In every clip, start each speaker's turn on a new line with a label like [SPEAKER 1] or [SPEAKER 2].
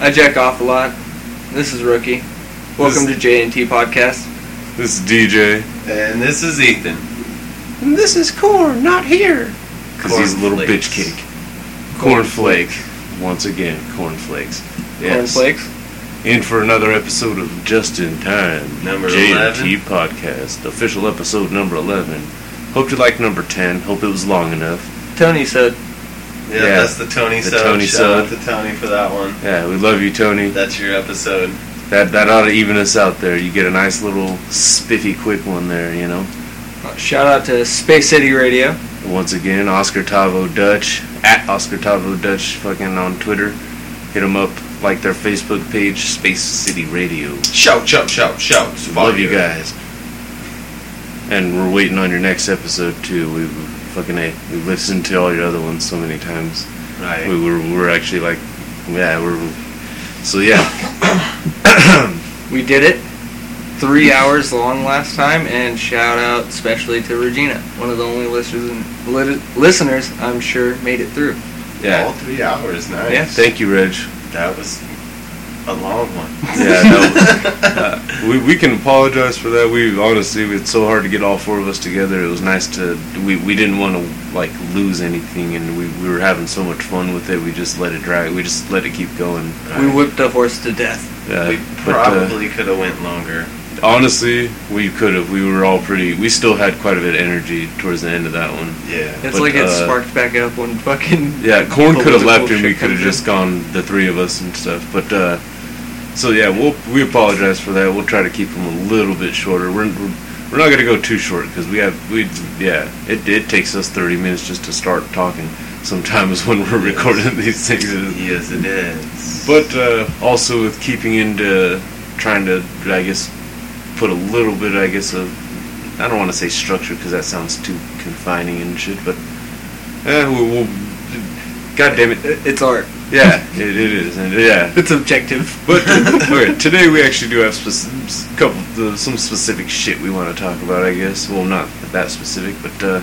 [SPEAKER 1] I jack off a lot. This is Rookie. Welcome
[SPEAKER 2] This-
[SPEAKER 1] to J and T Podcast.
[SPEAKER 2] This is DJ
[SPEAKER 3] And this is Ethan.
[SPEAKER 1] And this is Corn, not here.
[SPEAKER 2] because he's a little bitch cake.
[SPEAKER 3] Cornflakes.
[SPEAKER 2] Cornflake, once again, cornflakes. Yes.
[SPEAKER 1] Cornflakes.
[SPEAKER 2] In for another episode of Just in Time,
[SPEAKER 3] Number
[SPEAKER 2] J&T podcast, official episode number eleven. Hope you like number ten. Hope it was long enough.
[SPEAKER 1] Tony said,
[SPEAKER 3] Yeah,
[SPEAKER 2] Yeah.
[SPEAKER 3] that's the Tony
[SPEAKER 2] The
[SPEAKER 3] sub.
[SPEAKER 2] Tony
[SPEAKER 3] Shout
[SPEAKER 2] sub.
[SPEAKER 3] out to Tony for that one.
[SPEAKER 2] Yeah, we love you, Tony.
[SPEAKER 3] That's your episode.
[SPEAKER 2] That that ought to even us out there. You get a nice little spiffy, quick one there. You know.
[SPEAKER 1] uh, "Shout out to Space City Radio."
[SPEAKER 2] Once again, Oscar Tavo Dutch at Oscar Tavo Dutch fucking on Twitter. Hit them up, like their Facebook page, Space City Radio.
[SPEAKER 3] Shout, shout, shout, shout.
[SPEAKER 2] Love you guys. And we're waiting on your next episode too. We fucking a we listened to all your other ones so many times.
[SPEAKER 3] Right.
[SPEAKER 2] We were we're actually like, yeah, we're so yeah.
[SPEAKER 1] We did it. Three hours long last time, and shout out especially to Regina, one of the only listeners and lit- listeners I'm sure made it through.
[SPEAKER 3] All
[SPEAKER 2] Yeah.
[SPEAKER 3] three hours. Nice.
[SPEAKER 1] Yeah.
[SPEAKER 2] Thank you, Reg.
[SPEAKER 3] That was a long one.
[SPEAKER 2] Yeah, that was- we, we can apologize for that. We honestly, it's so hard to get all four of us together. It was nice to we, we didn't want to like lose anything, and we, we were having so much fun with it. We just let it dry. We just let it keep going.
[SPEAKER 1] We whipped a horse to death.
[SPEAKER 2] Uh,
[SPEAKER 3] we
[SPEAKER 2] but uh,
[SPEAKER 3] probably could have went longer.
[SPEAKER 2] honestly, we could have. We were all pretty. We still had quite a bit of energy towards the end of that one.
[SPEAKER 3] Yeah.
[SPEAKER 1] It's
[SPEAKER 2] But,
[SPEAKER 1] like it
[SPEAKER 2] uh,
[SPEAKER 1] sparked back up when fucking
[SPEAKER 2] Yeah, Corn could have
[SPEAKER 1] political
[SPEAKER 2] left and we
[SPEAKER 1] shit
[SPEAKER 2] could have
[SPEAKER 1] comes in.
[SPEAKER 2] just gone the three of us and stuff. But uh, so yeah, we'll we apologize for that. We'll try to keep them a little bit shorter. We're we're, we're not gonna go too short because we have we yeah it it takes us thirty minutes just to start talking. Sometimes when we're recording these things, It is-
[SPEAKER 3] Yes, it is.
[SPEAKER 2] but uh, also with keeping into trying to, I guess, put a little bit, I guess, of I don't want to say structure because that sounds too confining and shit. But eh, we will God damn it,
[SPEAKER 1] it's art.
[SPEAKER 2] yeah, it, it is, and yeah.
[SPEAKER 1] It's objective.
[SPEAKER 2] But okay, today we actually do have spec- couple the, some specific shit we want to talk about. I guess, well, not that specific, but uh,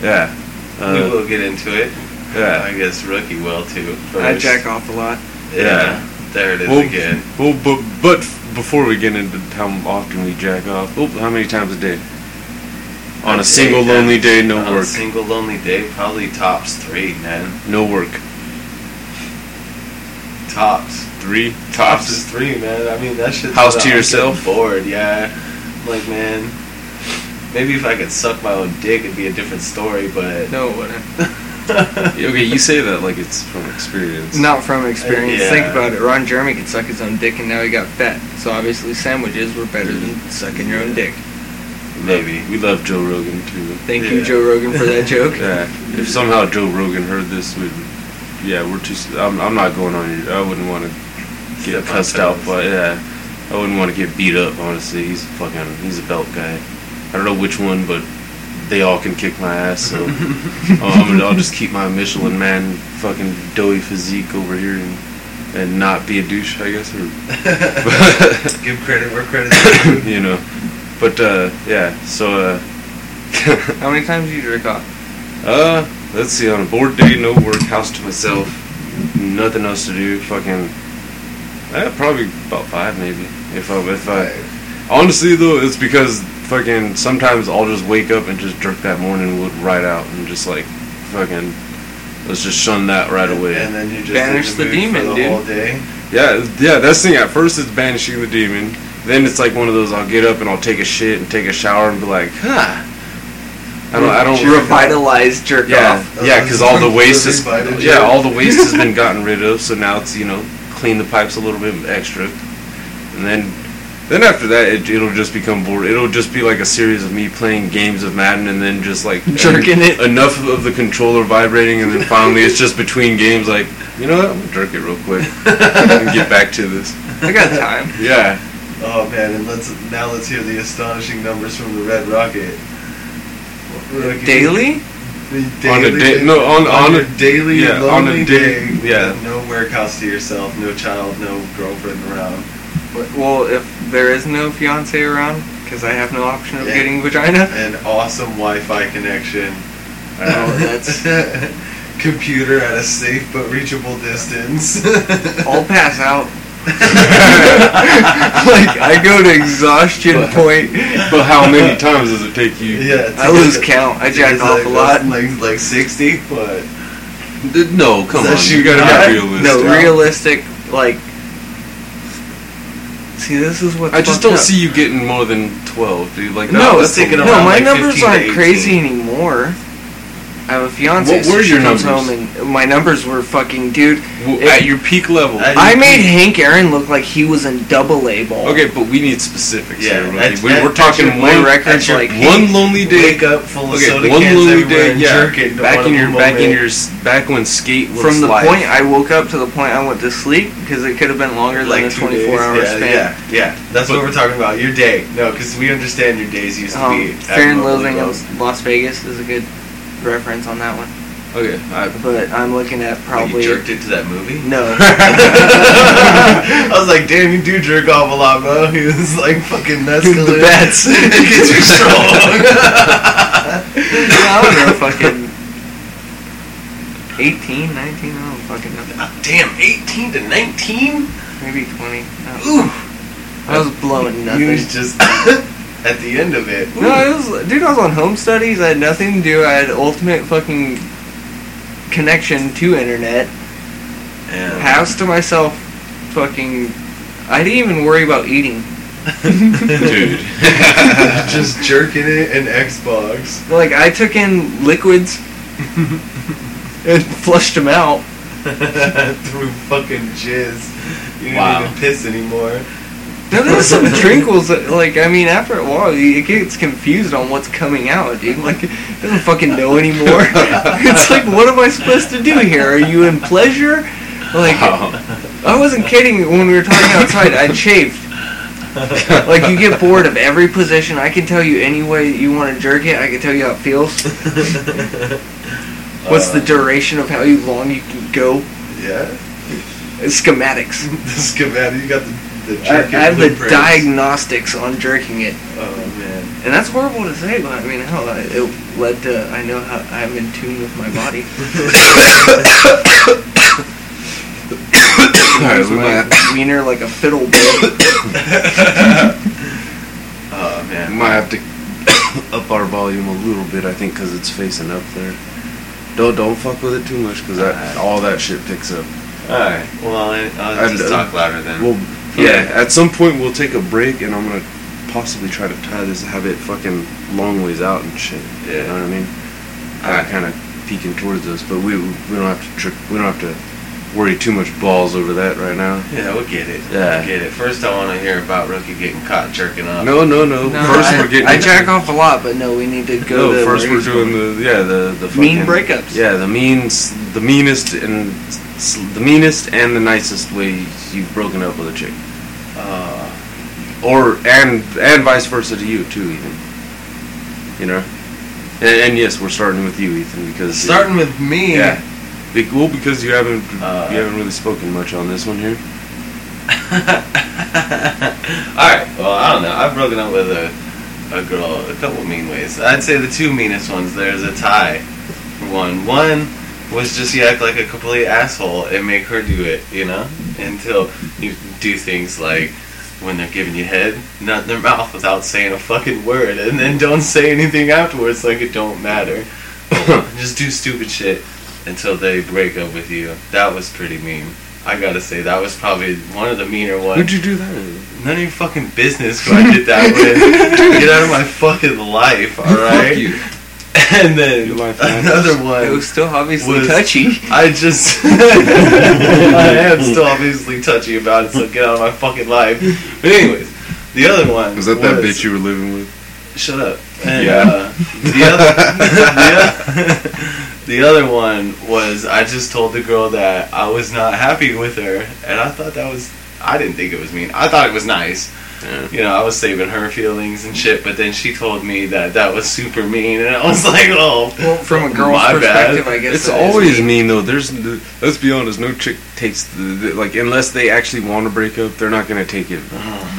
[SPEAKER 2] yeah,
[SPEAKER 3] we
[SPEAKER 2] uh,
[SPEAKER 3] will get into it.
[SPEAKER 2] yeah.
[SPEAKER 3] I guess Rookie will too.
[SPEAKER 1] I
[SPEAKER 3] first.
[SPEAKER 1] jack off a lot.
[SPEAKER 3] Yeah.
[SPEAKER 2] Yeah.
[SPEAKER 3] There it is
[SPEAKER 2] Well,
[SPEAKER 3] again.
[SPEAKER 2] Well, but but f- before we get into how often we jack off, oh, how many times a day? On a single lonely day, no
[SPEAKER 3] On a
[SPEAKER 2] work,
[SPEAKER 3] single lonely day, probably tops three, man.
[SPEAKER 2] no work.
[SPEAKER 3] Tops.
[SPEAKER 2] Three
[SPEAKER 3] Tops is three, man. I mean, that shit.
[SPEAKER 2] House to yourself?
[SPEAKER 3] Bored, yeah. Like, man, maybe if I could suck my own dick, it'd be a different story. But
[SPEAKER 1] No, it wouldn't.
[SPEAKER 2] Okay, you say that like it's from experience.
[SPEAKER 1] Not from experience.
[SPEAKER 3] Yeah.
[SPEAKER 1] Think about it. Ron Jeremy could suck his own dick, and now he got fat. So obviously, sandwiches were better than sucking your own dick.
[SPEAKER 3] maybe.
[SPEAKER 2] we love Joe Rogan too.
[SPEAKER 1] Thank
[SPEAKER 3] Yeah.
[SPEAKER 1] you, Joe Rogan, for that joke.
[SPEAKER 2] Yeah, if somehow Joe Rogan heard this, we, yeah, we're too. s- I'm, I'm not going on. your- I wouldn't want to
[SPEAKER 3] Step
[SPEAKER 2] get
[SPEAKER 3] on
[SPEAKER 2] cussed out,
[SPEAKER 3] toes.
[SPEAKER 2] but yeah, I wouldn't want to get beat up. Honestly, he's a fucking. He's a belt guy. I don't know which one, but they all can kick my ass. So I'm gonna, I'll just keep my Michelin man fucking doughy physique over here and and not be a douche, I guess. Or,
[SPEAKER 3] Give credit where credit's due.
[SPEAKER 2] you know, but uh, yeah. So uh,
[SPEAKER 1] How many times do you jerk off?
[SPEAKER 2] Uh, let's see. On a bored day, no work, house to myself, nothing else to do. Fucking, eh, probably about five, maybe. If I, if I, honestly though, it's because fucking sometimes I'll just wake up and just jerk that morning wood right out and just like fucking, let's just shun that right away.
[SPEAKER 3] And then you just
[SPEAKER 1] Banish
[SPEAKER 3] in
[SPEAKER 1] the
[SPEAKER 3] mood for
[SPEAKER 1] demon,
[SPEAKER 3] the
[SPEAKER 1] dude.
[SPEAKER 3] Whole day.
[SPEAKER 2] Yeah, yeah, that's the thing. At first, it's banishing the demon. Then it's like one of those. I'll get up and I'll take a shit and take a shower and be like, huh. I don't. I don't.
[SPEAKER 1] revitalize jerk
[SPEAKER 2] Yeah,
[SPEAKER 1] off.
[SPEAKER 2] yeah, because all the waste is
[SPEAKER 3] Invited
[SPEAKER 2] yeah,
[SPEAKER 3] you.
[SPEAKER 2] all the waste has been gotten rid of. So now it's you know clean the pipes a little bit extra, and then then after that it, it'll just become bored. It'll just be like a series of me playing games of Madden and then just like
[SPEAKER 1] Jerking it.
[SPEAKER 2] enough of the controller vibrating, and then finally it's just between games like you know what I'm gonna jerk it real quick and get back to this.
[SPEAKER 1] I got time.
[SPEAKER 2] Yeah,
[SPEAKER 3] Oh man, and let's now let's hear the astonishing numbers from the Red Rocket. Rookie,
[SPEAKER 1] Daily?
[SPEAKER 3] the
[SPEAKER 2] on a
[SPEAKER 3] daily
[SPEAKER 2] day no on on
[SPEAKER 3] your
[SPEAKER 2] a
[SPEAKER 3] daily
[SPEAKER 2] yeah, on a
[SPEAKER 3] lonely
[SPEAKER 2] day-
[SPEAKER 3] day,
[SPEAKER 2] yeah.
[SPEAKER 3] with no workhouse to yourself, no child, no girlfriend around.
[SPEAKER 1] Well, if there is no fiance around, because I have no option of
[SPEAKER 3] Yeah.
[SPEAKER 1] getting vagina.
[SPEAKER 3] an awesome Wi-Fi connection.
[SPEAKER 1] Oh, that's-
[SPEAKER 3] computer at a safe but reachable distance.
[SPEAKER 1] I'll pass out. like I go to exhaustion
[SPEAKER 2] But-
[SPEAKER 1] point.
[SPEAKER 2] But how many times does it take you?
[SPEAKER 3] Yeah,
[SPEAKER 1] I lose count. I jack
[SPEAKER 3] It's
[SPEAKER 1] off
[SPEAKER 3] like-
[SPEAKER 1] a lot.
[SPEAKER 3] Like like sixty, but
[SPEAKER 2] D- No, come
[SPEAKER 3] Does
[SPEAKER 2] on.
[SPEAKER 3] that shoot
[SPEAKER 2] You gotta
[SPEAKER 3] out?
[SPEAKER 2] be realistic.
[SPEAKER 1] No, realistic. Like, see, this is what
[SPEAKER 2] I just
[SPEAKER 1] fucked
[SPEAKER 2] don't
[SPEAKER 1] up.
[SPEAKER 2] see you getting more than twelve, dude. Like
[SPEAKER 1] No,
[SPEAKER 2] that, that's
[SPEAKER 3] it's taking
[SPEAKER 2] a
[SPEAKER 1] No,
[SPEAKER 2] lot.
[SPEAKER 3] around,
[SPEAKER 1] my
[SPEAKER 3] like,
[SPEAKER 1] numbers
[SPEAKER 3] 15 to
[SPEAKER 1] aren't
[SPEAKER 3] 18.
[SPEAKER 1] crazy anymore. I have a fiance.
[SPEAKER 2] What
[SPEAKER 1] so
[SPEAKER 2] were
[SPEAKER 1] she
[SPEAKER 2] your
[SPEAKER 1] comes
[SPEAKER 2] numbers?
[SPEAKER 1] Home and my numbers were fucking dude.
[SPEAKER 2] Well,
[SPEAKER 1] If-
[SPEAKER 2] at your peak level.
[SPEAKER 1] I
[SPEAKER 3] I-
[SPEAKER 1] made Hank Aaron look like he was in double A ball.
[SPEAKER 2] okay, but we need specifics here,
[SPEAKER 3] Yeah,
[SPEAKER 2] buddy.
[SPEAKER 3] that's-
[SPEAKER 2] We, we're
[SPEAKER 3] that's
[SPEAKER 2] talking
[SPEAKER 1] your- my
[SPEAKER 2] one
[SPEAKER 1] record's
[SPEAKER 2] at your
[SPEAKER 1] like-
[SPEAKER 2] one lonely day.
[SPEAKER 3] wake up full of
[SPEAKER 2] Okay,
[SPEAKER 3] soda
[SPEAKER 2] one
[SPEAKER 3] cans
[SPEAKER 2] lonely
[SPEAKER 3] everywhere
[SPEAKER 2] day.
[SPEAKER 3] and
[SPEAKER 2] Yeah,
[SPEAKER 3] jerk it into
[SPEAKER 2] back
[SPEAKER 3] one
[SPEAKER 2] in
[SPEAKER 3] of
[SPEAKER 2] your
[SPEAKER 3] them
[SPEAKER 2] back
[SPEAKER 3] all
[SPEAKER 2] in
[SPEAKER 3] day.
[SPEAKER 2] your s- back when skate was
[SPEAKER 1] From the
[SPEAKER 2] life.
[SPEAKER 1] point I woke up to the point I went to sleep because it could have been longer than a
[SPEAKER 3] like two
[SPEAKER 1] 24
[SPEAKER 3] days.
[SPEAKER 1] hour
[SPEAKER 3] yeah,
[SPEAKER 1] span.
[SPEAKER 3] Yeah, yeah, that's what we're talking about. Your day, no, because we understand your days used to
[SPEAKER 1] Um,
[SPEAKER 3] be
[SPEAKER 1] Fear and
[SPEAKER 3] abnormally
[SPEAKER 1] Loathing in
[SPEAKER 3] low.
[SPEAKER 1] Las Vegas is a good reference on that one.
[SPEAKER 2] Okay, I,
[SPEAKER 1] But I'm looking at
[SPEAKER 3] Like,
[SPEAKER 1] probably
[SPEAKER 3] you jerked into that movie.
[SPEAKER 1] no.
[SPEAKER 3] I was like, damn, you do jerk off a lot, bro. He was like, fucking nuts.
[SPEAKER 1] Dude, the bats.
[SPEAKER 3] it gets you strong.
[SPEAKER 1] I don't know, fucking 18, 19, I don't fucking know.
[SPEAKER 3] damn, 18 to 19?
[SPEAKER 1] Maybe 20. I don't know.
[SPEAKER 3] Ooh.
[SPEAKER 1] I was blowing
[SPEAKER 3] He
[SPEAKER 1] nothing.
[SPEAKER 3] was just at the end of it.
[SPEAKER 1] No, I was, dude, I was on home studies. I had nothing to do. I had ultimate fucking connection to internet.
[SPEAKER 3] Yeah.
[SPEAKER 1] House to myself, fucking. I didn't even worry about eating.
[SPEAKER 2] dude.
[SPEAKER 3] just jerking it in Xbox.
[SPEAKER 1] Like, I took in liquids and flushed them out.
[SPEAKER 3] Through fucking jizz. You didn't
[SPEAKER 2] Wow.
[SPEAKER 3] even piss anymore.
[SPEAKER 1] Now, there's some trinkles that, like, I mean, after a while, it gets confused on what's coming out, dude. Like, it doesn't fucking know anymore. it's like, what am I supposed to do here? Are you in pleasure? Like,
[SPEAKER 2] Wow.
[SPEAKER 1] I wasn't kidding when we were talking outside. I chafed. Like, you get bored of every position. I can tell you any way that you want to jerk it. I can tell you how it feels. What's
[SPEAKER 3] Uh,
[SPEAKER 1] the duration of how you long you can go?
[SPEAKER 3] Yeah.
[SPEAKER 1] It's schematics.
[SPEAKER 3] The schematic. You got the, the
[SPEAKER 1] I,
[SPEAKER 3] jerking
[SPEAKER 1] I have the
[SPEAKER 3] blueprints.
[SPEAKER 1] diagnostics on jerking it.
[SPEAKER 3] Oh, man.
[SPEAKER 1] And that's horrible to say, but I mean, hell, I- it led to I know how I'm in tune with my body.
[SPEAKER 2] All right, we
[SPEAKER 1] my
[SPEAKER 2] might,
[SPEAKER 1] wiener like a fiddle bit.
[SPEAKER 3] Oh, man.
[SPEAKER 2] we might have to up our volume a little bit, I think, because it's facing up there. Don't don't fuck with it too much, because that all that shit picks up.
[SPEAKER 3] Alright, well, I- I'll
[SPEAKER 2] I've
[SPEAKER 3] just
[SPEAKER 2] done-
[SPEAKER 3] talk louder then.
[SPEAKER 2] Well, yeah. At some point, we'll take a break, and I'm gonna possibly try to tie this, have it fucking long ways out and shit. You
[SPEAKER 3] Yeah.
[SPEAKER 2] know what I mean? I
[SPEAKER 3] Alright.
[SPEAKER 2] kind of peeking towards us, but we we don't have to trip, we don't have to worry too much balls over that right now.
[SPEAKER 3] yeah, we'll get it.
[SPEAKER 2] Yeah.
[SPEAKER 3] We'll get it. First, I want to hear about Rookie getting caught jerking off.
[SPEAKER 2] No, no, no. first,
[SPEAKER 1] I,
[SPEAKER 2] we're getting.
[SPEAKER 1] I jack off a lot, but no, we need to go.
[SPEAKER 2] no,
[SPEAKER 1] to
[SPEAKER 2] first we're
[SPEAKER 1] Marie's
[SPEAKER 2] doing
[SPEAKER 1] one.
[SPEAKER 2] the yeah the the fucking,
[SPEAKER 1] Mean breakups.
[SPEAKER 2] Yeah, the means the meanest and s- the meanest and the nicest way you've broken up with a chick,
[SPEAKER 3] Uh,
[SPEAKER 2] or and and vice versa to you too, even. You know, and, and yes, we're starting with you, Ethan, because
[SPEAKER 3] starting with me.
[SPEAKER 2] yeah, Be- well because you haven't
[SPEAKER 3] Uh,
[SPEAKER 2] you haven't really spoken much on this one here.
[SPEAKER 3] Alright, well, I don't know. I've broken up with a, a girl a couple mean ways. I'd say the two meanest ones, there's a tie for one. One was just you act like a complete asshole and make her do it, you know? Until you do things like when they're giving you head, not in their mouth without saying a fucking word, and then don't say anything afterwards like it don't matter. just do stupid shit until they break up with you. That was pretty mean. I gotta say, that was probably one of the meaner ones.
[SPEAKER 2] Who'd you do that? With?
[SPEAKER 3] None of your fucking business who I did that with. Get out of my fucking life,
[SPEAKER 2] Fuck
[SPEAKER 3] alright?
[SPEAKER 2] you.
[SPEAKER 3] And then
[SPEAKER 2] Your life matters.
[SPEAKER 3] another
[SPEAKER 1] It
[SPEAKER 3] one.
[SPEAKER 1] was still obviously
[SPEAKER 3] was-
[SPEAKER 1] touchy.
[SPEAKER 3] I just. I am still obviously touchy about it, so get out of my fucking life. But, anyways, the other one.
[SPEAKER 2] Was that that bitch you were living with?
[SPEAKER 3] Shut up. And,
[SPEAKER 2] Yeah.
[SPEAKER 3] Uh, the, other, the, other, the other one was I just told the girl that I was not happy with her, and I thought that was. I didn't think it was mean. I thought it was nice.
[SPEAKER 2] Yeah.
[SPEAKER 3] You know, I was saving her feelings and shit, but then she told me that that was super mean, and I was like, oh.
[SPEAKER 1] Well, from a girl's
[SPEAKER 3] my bad.
[SPEAKER 1] perspective, I guess
[SPEAKER 2] It's
[SPEAKER 1] that is
[SPEAKER 2] always
[SPEAKER 1] mean.
[SPEAKER 2] mean though. There's n- let's be honest, no chick takes the, the- like unless they actually want to break up, they're not gonna take it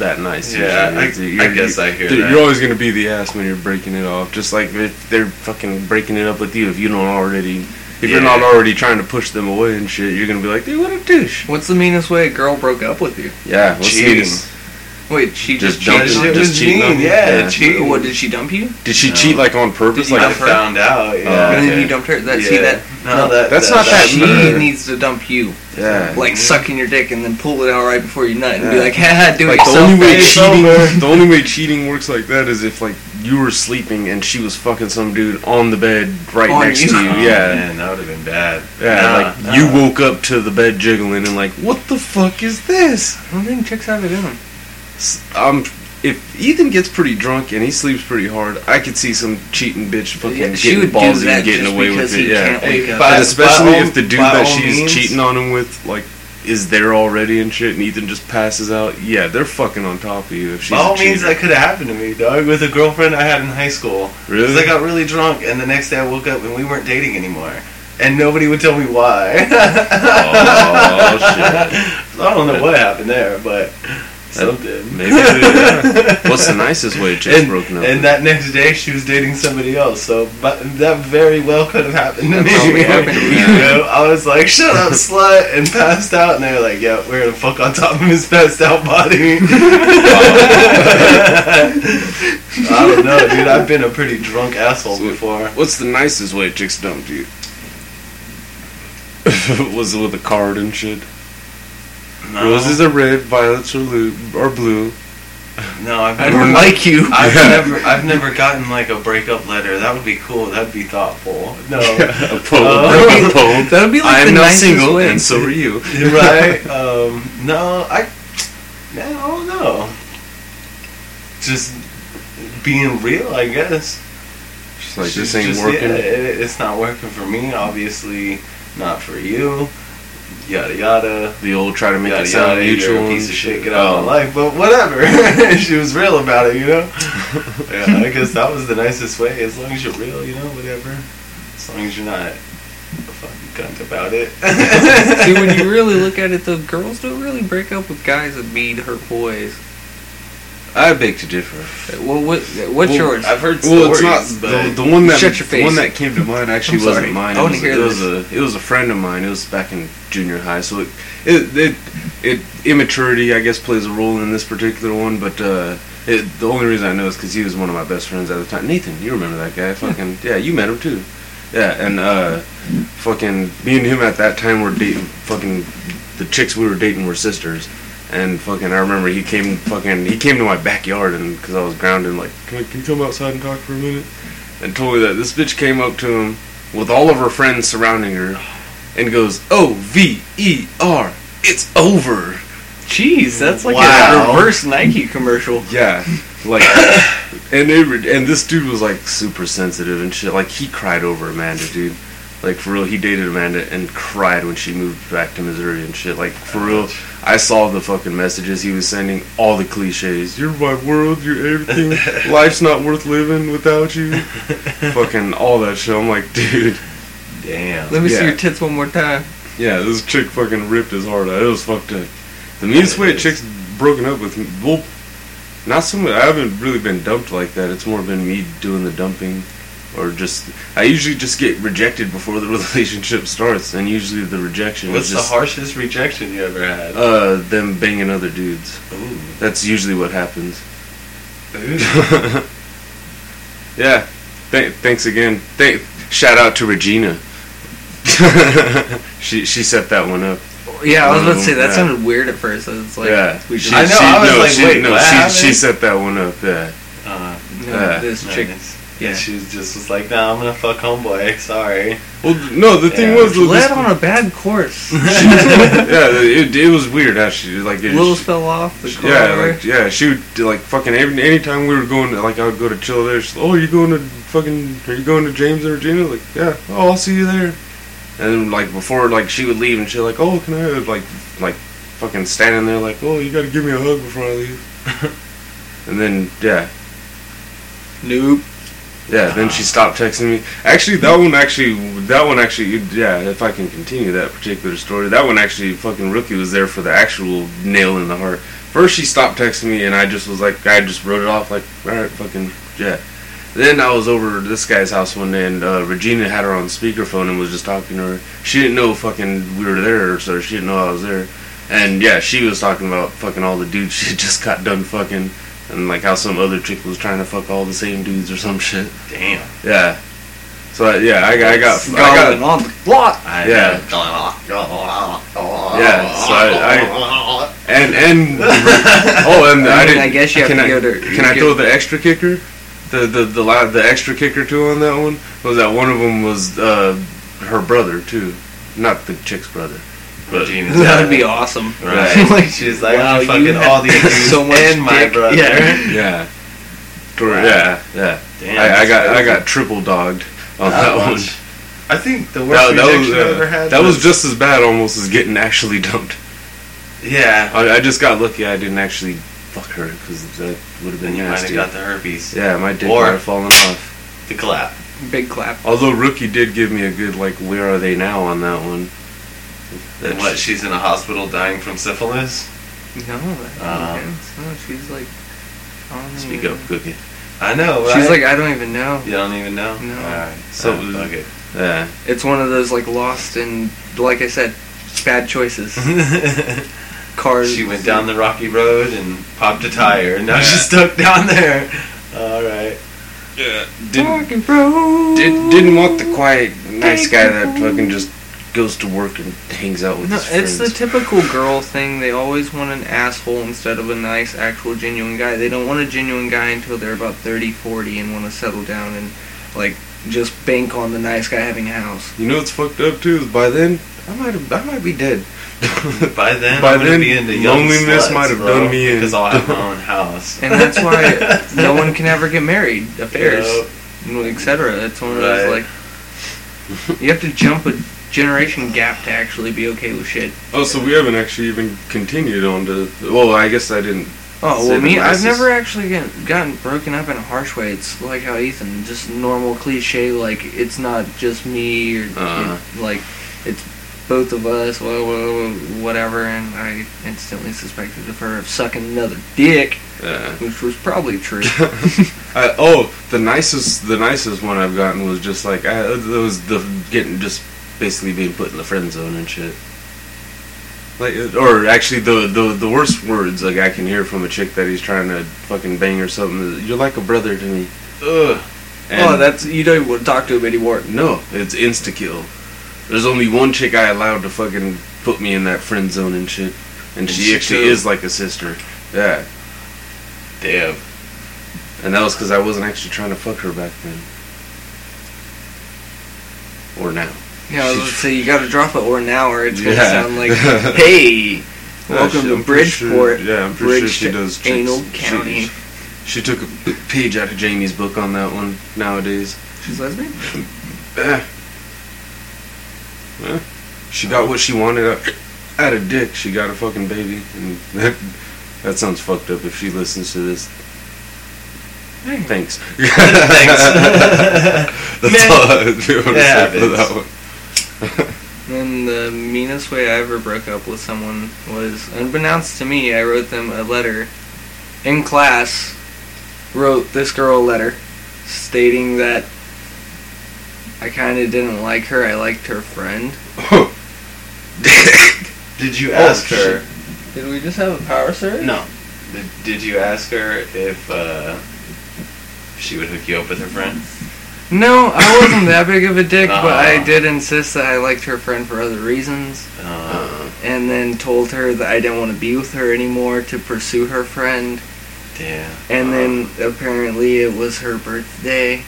[SPEAKER 2] that nice.
[SPEAKER 3] Yeah,
[SPEAKER 2] usually.
[SPEAKER 3] I-
[SPEAKER 2] It's-
[SPEAKER 3] I
[SPEAKER 2] you're-
[SPEAKER 3] guess I hear
[SPEAKER 2] you're,
[SPEAKER 3] that.
[SPEAKER 2] You're always gonna be the ass when you're breaking it off. Just like if they're fucking breaking it up with you, if you don't already If you're not already trying to push them away and shit, you're gonna be like, dude, what a douche.
[SPEAKER 1] What's the meanest way a girl broke up with you?
[SPEAKER 2] Yeah, what's the
[SPEAKER 3] Cheating.
[SPEAKER 2] meanest?
[SPEAKER 1] Wait, she just, cheated.
[SPEAKER 2] Just dumped you.
[SPEAKER 1] on
[SPEAKER 3] It
[SPEAKER 1] you?
[SPEAKER 2] Just
[SPEAKER 3] was
[SPEAKER 2] cheating on
[SPEAKER 3] mean,
[SPEAKER 2] you?
[SPEAKER 3] yeah,
[SPEAKER 2] Yeah.
[SPEAKER 3] cheating.
[SPEAKER 1] What did she dump you?
[SPEAKER 2] Did she
[SPEAKER 3] No.
[SPEAKER 2] cheat like on purpose?
[SPEAKER 1] Did you
[SPEAKER 2] Like
[SPEAKER 3] I
[SPEAKER 1] dump her?
[SPEAKER 3] found out. Yeah.
[SPEAKER 2] Oh,
[SPEAKER 1] and then
[SPEAKER 2] okay.
[SPEAKER 1] you dumped her. That see
[SPEAKER 3] Yeah.
[SPEAKER 1] that
[SPEAKER 3] No, that,
[SPEAKER 2] That's not that
[SPEAKER 1] she
[SPEAKER 2] mean.
[SPEAKER 1] needs to dump you,
[SPEAKER 2] yeah.
[SPEAKER 1] like sucking your dick and then pull it out right before you nut and be
[SPEAKER 2] Yeah.
[SPEAKER 1] like, ha ha, do
[SPEAKER 2] Like
[SPEAKER 1] it
[SPEAKER 2] the only
[SPEAKER 1] yourself.
[SPEAKER 2] way
[SPEAKER 1] babe."
[SPEAKER 2] cheating, the only way cheating works like that is if like you were sleeping and she was fucking some dude on the bed right
[SPEAKER 1] On
[SPEAKER 2] next
[SPEAKER 1] you.
[SPEAKER 2] to you.
[SPEAKER 3] Oh,
[SPEAKER 2] yeah,
[SPEAKER 3] Man, that would have been bad.
[SPEAKER 2] yeah.
[SPEAKER 3] Nah,
[SPEAKER 2] like
[SPEAKER 3] nah.
[SPEAKER 2] you woke up to the bed jiggling and like, what the fuck is this?
[SPEAKER 1] I don't think chicks have it in them.
[SPEAKER 2] S- Um, if Ethan gets pretty drunk and he sleeps pretty hard, I could see some cheating bitch fucking
[SPEAKER 1] Yeah, she
[SPEAKER 2] getting
[SPEAKER 1] would do
[SPEAKER 2] ballsy
[SPEAKER 1] that
[SPEAKER 2] and getting
[SPEAKER 1] just
[SPEAKER 2] away
[SPEAKER 1] because
[SPEAKER 2] with
[SPEAKER 1] he
[SPEAKER 2] it. Yeah,
[SPEAKER 1] can't wake
[SPEAKER 3] Hey,
[SPEAKER 1] up.
[SPEAKER 3] but-
[SPEAKER 2] but especially
[SPEAKER 3] by all-
[SPEAKER 2] if the dude
[SPEAKER 3] by
[SPEAKER 2] that
[SPEAKER 3] all
[SPEAKER 2] she's
[SPEAKER 3] means-
[SPEAKER 2] cheating on him with like is there already and shit, and Ethan just passes out. Yeah, they're fucking on top of you if she's
[SPEAKER 3] By all
[SPEAKER 2] a cheater.
[SPEAKER 3] means, that could have happened to me, dog, with a girlfriend I had in high school. Because
[SPEAKER 2] really?
[SPEAKER 3] I got really drunk, and the next day I woke up and we weren't dating anymore. And nobody would tell me why.
[SPEAKER 2] oh shit.
[SPEAKER 3] So I don't know what happened there, but something.
[SPEAKER 2] Maybe. yeah. What's the nicest way chicks
[SPEAKER 3] and,
[SPEAKER 2] broken up?
[SPEAKER 3] and that next day she was dating somebody else, so but that very well could have happened to
[SPEAKER 1] That
[SPEAKER 3] me.
[SPEAKER 1] probably happened to
[SPEAKER 3] you
[SPEAKER 1] me.
[SPEAKER 3] know, I was like, "Shut up, slut," and passed out, and they were like, "Yeah, we're gonna fuck on top of his passed out body." I don't know, dude. I've been a pretty drunk asshole before.
[SPEAKER 2] What's the nicest way chicks dumped you? Was it with a card and shit? Roses are red, violets are blue. Are blue.
[SPEAKER 3] No, I've
[SPEAKER 1] I
[SPEAKER 3] never.
[SPEAKER 1] don't like you.
[SPEAKER 3] I've never, I've never gotten like a breakup letter. That would be cool. That'd be thoughtful. No,
[SPEAKER 2] A poem.
[SPEAKER 3] Uh,
[SPEAKER 2] a poem.
[SPEAKER 1] That'll be like
[SPEAKER 2] I
[SPEAKER 1] the
[SPEAKER 2] am now
[SPEAKER 1] nicest
[SPEAKER 2] single,
[SPEAKER 1] way.
[SPEAKER 2] and so are you.
[SPEAKER 3] right? Um, no, I, man, I don't know. Just being real, I guess.
[SPEAKER 2] She's like,
[SPEAKER 3] She's
[SPEAKER 2] this ain't
[SPEAKER 3] just-
[SPEAKER 2] working.
[SPEAKER 3] yeah, it, it's not working for me. Obviously, not for you. Yada yada.
[SPEAKER 2] The old try to make
[SPEAKER 3] yada
[SPEAKER 2] it sound
[SPEAKER 3] yada.
[SPEAKER 2] neutral.
[SPEAKER 3] You're a
[SPEAKER 2] and
[SPEAKER 3] piece of shit.
[SPEAKER 2] shit. Oh.
[SPEAKER 3] Get out of my life. But whatever. she was real about it, you know. yeah, I guess that was the nicest way. As long as you're real, you know, whatever. As long as you're not a fucking cunt about it.
[SPEAKER 1] See, when you really look at it, though, girls don't really break up with guys that mean her boys.
[SPEAKER 2] I beg to differ.
[SPEAKER 1] Well, what, what's
[SPEAKER 2] Well,
[SPEAKER 1] yours?
[SPEAKER 3] I've heard
[SPEAKER 2] Well, it's
[SPEAKER 3] stories,
[SPEAKER 2] not
[SPEAKER 3] but
[SPEAKER 2] the, the one that
[SPEAKER 1] Shut your
[SPEAKER 2] the one
[SPEAKER 1] face.
[SPEAKER 2] that came to mind actually
[SPEAKER 1] I'm sorry.
[SPEAKER 2] wasn't mine.
[SPEAKER 1] I
[SPEAKER 2] It
[SPEAKER 1] wanna
[SPEAKER 2] was,
[SPEAKER 1] hear
[SPEAKER 2] it was a it was a friend of mine. It was back in junior high, so it it it, it immaturity I guess plays a role in this particular one. But uh, it, the only reason I know is because he was one of my best friends at the time. Nathan, you remember that guy? Fucking yeah, you met him too. Yeah, and uh, fucking me and him at that time were dating. Fucking the chicks we were dating were sisters. And fucking, I remember he came fucking, he came to my backyard and because I was grounded, like, can, can you come outside and talk for a minute? And told me that this bitch came up to him with all of her friends surrounding her and goes, O V E R, it's over.
[SPEAKER 1] Jeez, that's like a
[SPEAKER 3] Wow.
[SPEAKER 1] reverse Nike commercial.
[SPEAKER 2] Yeah, like, and they were, and this dude was like super sensitive and shit. Like he cried over Amanda, dude. Like for real, he dated Amanda and cried when she moved back to Missouri and shit. Like for real, I saw the fucking messages he was sending, all the cliches. You're my world, you're everything. Life's not worth living without you. fucking all that shit. I'm like, dude.
[SPEAKER 3] Damn.
[SPEAKER 1] Let me see
[SPEAKER 2] Yeah.
[SPEAKER 1] your tits one more time.
[SPEAKER 2] Yeah, this chick fucking ripped his heart out. It was fucked up. The meanest
[SPEAKER 3] it
[SPEAKER 2] way a
[SPEAKER 3] is.
[SPEAKER 2] chick's broken up with me, well, not so much. I haven't really been dumped like that. It's more been me doing the dumping, or just I usually just get rejected before the relationship starts, and usually the rejection
[SPEAKER 3] What's
[SPEAKER 2] is
[SPEAKER 3] the
[SPEAKER 2] just
[SPEAKER 3] harshest rejection you ever had?
[SPEAKER 2] uh them banging other dudes.
[SPEAKER 1] Uh,
[SPEAKER 3] Ooh.
[SPEAKER 2] That's usually what happens.
[SPEAKER 3] Ooh.
[SPEAKER 2] yeah. Th- thanks again. Th- shout out to Regina. she she set that one up.
[SPEAKER 1] Yeah, I was about to
[SPEAKER 2] Oh,
[SPEAKER 1] say that
[SPEAKER 2] yeah.
[SPEAKER 1] sounded weird at first. so It's like,
[SPEAKER 2] yeah,
[SPEAKER 1] we
[SPEAKER 2] she,
[SPEAKER 1] just,
[SPEAKER 3] I know,
[SPEAKER 2] She,
[SPEAKER 3] I was
[SPEAKER 2] no,
[SPEAKER 3] like,
[SPEAKER 2] she,
[SPEAKER 3] wait,
[SPEAKER 2] no,
[SPEAKER 3] what
[SPEAKER 2] she,
[SPEAKER 3] happened?
[SPEAKER 2] she set that one up. Yeah,
[SPEAKER 3] Uh,
[SPEAKER 1] no,
[SPEAKER 2] yeah.
[SPEAKER 1] this chick.
[SPEAKER 3] nice.
[SPEAKER 1] Yeah.
[SPEAKER 3] Yeah, she was just was like, nah, I'm gonna fuck homeboy. Sorry.
[SPEAKER 2] well, th- no, the thing
[SPEAKER 3] Yeah.
[SPEAKER 2] was, though, this,
[SPEAKER 1] Led on a bad course.
[SPEAKER 2] yeah, it, it was weird. Actually, like, it,
[SPEAKER 1] Wheels fell off the
[SPEAKER 2] she-
[SPEAKER 1] car.
[SPEAKER 2] yeah, like, yeah, she would do, like fucking every anytime we were going, to, like, I would go to chill there. She's, oh, you going to fucking? Are you going to James and Regina? Like, yeah, oh, I'll see you there. And like before, like she would leave, and she like, oh, can I have, like, like, fucking standing there, like, oh, you gotta give me a hug before I leave. and then yeah,
[SPEAKER 1] nope.
[SPEAKER 2] Yeah, then she stopped texting me. Actually, that one actually, that one actually, yeah. If I can continue that particular story, that one actually, fucking rookie was there for the actual nail in the heart. First, she stopped texting me, and I just was like, I just wrote it off, like, all right, fucking, yeah. Then I was over at this guy's house one day, and uh, Regina had her on speakerphone and was just talking to her. She didn't know fucking we were there, so she didn't know I was there. And yeah, she was talking about fucking all the dudes she just got done fucking, and like how some other chick was trying to fuck all the same dudes or some shit.
[SPEAKER 3] Damn.
[SPEAKER 2] Yeah. So I, yeah, I, got- I got, I got,
[SPEAKER 1] Goblin on the block.
[SPEAKER 3] I
[SPEAKER 2] Yeah. Yeah, so I- and and oh, and
[SPEAKER 1] I
[SPEAKER 2] I,
[SPEAKER 1] mean,
[SPEAKER 2] didn't.
[SPEAKER 1] I guess you have
[SPEAKER 2] can
[SPEAKER 1] to
[SPEAKER 2] I,
[SPEAKER 1] go to-
[SPEAKER 2] Can I
[SPEAKER 1] you
[SPEAKER 2] throw the extra kicker? The the the la- the extra kicker too on that one was that one of them was uh, her brother too, not the chick's brother. But
[SPEAKER 3] Regina's
[SPEAKER 1] That would
[SPEAKER 3] out.
[SPEAKER 1] be awesome.
[SPEAKER 3] Right.
[SPEAKER 1] Like,
[SPEAKER 3] She's like,
[SPEAKER 1] wow,
[SPEAKER 3] I'm
[SPEAKER 1] you
[SPEAKER 3] fucking
[SPEAKER 1] have
[SPEAKER 3] all these dudes
[SPEAKER 1] so much
[SPEAKER 3] and my
[SPEAKER 1] dick.
[SPEAKER 3] brother.
[SPEAKER 1] Yeah.
[SPEAKER 2] yeah, Tor-
[SPEAKER 3] Wow.
[SPEAKER 2] yeah, yeah.
[SPEAKER 3] Damn,
[SPEAKER 2] I, I
[SPEAKER 3] that's
[SPEAKER 2] got I
[SPEAKER 3] crazy.
[SPEAKER 2] got triple dogged on
[SPEAKER 3] That
[SPEAKER 2] that, one.
[SPEAKER 3] was- I think the worst
[SPEAKER 2] That, that was
[SPEAKER 3] rejection I've ever
[SPEAKER 2] uh,
[SPEAKER 3] had.
[SPEAKER 2] that was just as bad almost as getting actually dumped.
[SPEAKER 3] yeah.
[SPEAKER 2] I, I just got lucky I didn't actually fuck her because that would have
[SPEAKER 3] Then
[SPEAKER 2] been
[SPEAKER 3] you might
[SPEAKER 2] nasty.
[SPEAKER 3] have got the herpes.
[SPEAKER 2] Yeah, my dick
[SPEAKER 3] Or-
[SPEAKER 2] might have fallen off.
[SPEAKER 3] The clap.
[SPEAKER 1] Big clap.
[SPEAKER 2] Although Rookie did give me a good like, where are they now on that one? That
[SPEAKER 3] And what?
[SPEAKER 2] sh-
[SPEAKER 3] She's in a hospital dying from syphilis.
[SPEAKER 1] No,
[SPEAKER 3] Um,
[SPEAKER 1] I don't think so. She's like, I don't
[SPEAKER 2] Uh, Speak
[SPEAKER 1] even
[SPEAKER 2] up, Cookie.
[SPEAKER 3] I know.
[SPEAKER 1] know.
[SPEAKER 3] Right?
[SPEAKER 1] She's like, I don't even know.
[SPEAKER 3] you don't even know.
[SPEAKER 1] No.
[SPEAKER 3] Alright.
[SPEAKER 2] So-
[SPEAKER 3] So fuck it.
[SPEAKER 2] Yeah,
[SPEAKER 1] It's one of those like lost and like I said, bad choices.
[SPEAKER 2] Mm-hmm.
[SPEAKER 1] Cars.
[SPEAKER 3] she went down the rocky road and popped a tire, and now she's stuck down there. All right.
[SPEAKER 2] yeah. Didn't
[SPEAKER 1] Fucking bro.
[SPEAKER 2] did, didn't want the quiet, nice guy that fucking just goes to work and hangs out with
[SPEAKER 1] No,
[SPEAKER 2] his
[SPEAKER 1] it's
[SPEAKER 2] friends.
[SPEAKER 1] the typical girl thing. They always want an asshole instead of a nice, actual, genuine guy. They don't want a genuine guy until they're about 30, 40 and want to settle down and, like, just bank on the nice guy having a house.
[SPEAKER 2] you know what's fucked up too. is By then, I might have, I might be dead.
[SPEAKER 3] By then,
[SPEAKER 2] By
[SPEAKER 3] I'm gonna
[SPEAKER 2] then,
[SPEAKER 3] be into young
[SPEAKER 2] loneliness
[SPEAKER 3] sluts,
[SPEAKER 2] might have
[SPEAKER 3] bro,
[SPEAKER 2] done me in.
[SPEAKER 3] because I'll have my own house.
[SPEAKER 1] And that's why no one can ever get married, affairs,
[SPEAKER 3] You know?
[SPEAKER 1] etc. It's one of those,
[SPEAKER 3] Right.
[SPEAKER 1] like, you have to jump a generation gap to actually be okay with shit.
[SPEAKER 2] Oh, so we haven't actually even continued on to. Well, I guess I didn't.
[SPEAKER 1] Oh
[SPEAKER 2] Say
[SPEAKER 1] well,
[SPEAKER 2] the
[SPEAKER 1] me. I've
[SPEAKER 2] nicest-
[SPEAKER 1] never actually get, gotten broken up in a harsh way. It's like how Ethan, just normal cliche. Like it's not just me or
[SPEAKER 2] Uh-huh.
[SPEAKER 1] it- like it's both of us. Well, well, whatever. And I instantly suspected of her of sucking another dick,
[SPEAKER 2] Uh,
[SPEAKER 1] which was probably true.
[SPEAKER 2] I, oh, the nicest, the nicest one I've gotten was just like I, it was the getting just basically being put in the friend zone and shit. Like, it- or actually, the the the worst words like I can hear from a chick that he's trying to fucking bang or something. is, You're like a brother to me.
[SPEAKER 3] Ugh.
[SPEAKER 2] And
[SPEAKER 1] oh, that's you don't even want to talk to him anymore.
[SPEAKER 2] no, it's insta kill. There's only one chick I allowed to fucking put me in that friend zone and shit, and
[SPEAKER 3] And
[SPEAKER 2] she
[SPEAKER 3] she
[SPEAKER 2] actually
[SPEAKER 3] too.
[SPEAKER 2] is like a sister. Yeah,
[SPEAKER 3] Damn.
[SPEAKER 2] and that was because I wasn't actually trying to fuck her back then. Or now.
[SPEAKER 1] Yeah, I was gonna say you got to drop it or now, or it's gonna
[SPEAKER 2] Yeah.
[SPEAKER 1] sound like, hey, welcome
[SPEAKER 2] Yeah,
[SPEAKER 1] to
[SPEAKER 2] I'm pretty sure-
[SPEAKER 1] Bridgeport.
[SPEAKER 2] yeah, I'm pretty sure she
[SPEAKER 1] Bridge-
[SPEAKER 2] does. tricks.
[SPEAKER 1] Anal
[SPEAKER 2] She-
[SPEAKER 1] County.
[SPEAKER 2] She, she took a page out of Jamie's book on that one nowadays.
[SPEAKER 1] She's lesbian.
[SPEAKER 2] Eh. Eh. She got what she wanted out, out of dick. She got a fucking baby. And that, that sounds fucked up if she listens to this. Thanks.
[SPEAKER 3] Thanks.
[SPEAKER 2] That's
[SPEAKER 3] Meh.
[SPEAKER 2] all I have to say for that
[SPEAKER 3] happens.
[SPEAKER 2] one.
[SPEAKER 1] And the meanest way I ever broke up with someone was, unbeknownst to me, I wrote them a letter in class. Wrote this girl a letter stating that I kind of didn't like her. I liked her friend.
[SPEAKER 3] Did you
[SPEAKER 1] Oh,
[SPEAKER 3] ask
[SPEAKER 1] shit.
[SPEAKER 3] her?
[SPEAKER 1] Did we just have a power surge?
[SPEAKER 3] No. Did, did you ask her if uh, she would hook you up with her friend?
[SPEAKER 1] No, I wasn't that big of a dick, but I
[SPEAKER 3] Ah.
[SPEAKER 1] did insist that I liked her friend for other reasons.
[SPEAKER 3] Uh,
[SPEAKER 2] Uh,
[SPEAKER 1] And then told her that I didn't want to be with her anymore to pursue her friend.
[SPEAKER 3] damn.
[SPEAKER 1] And then apparently it was her birthday.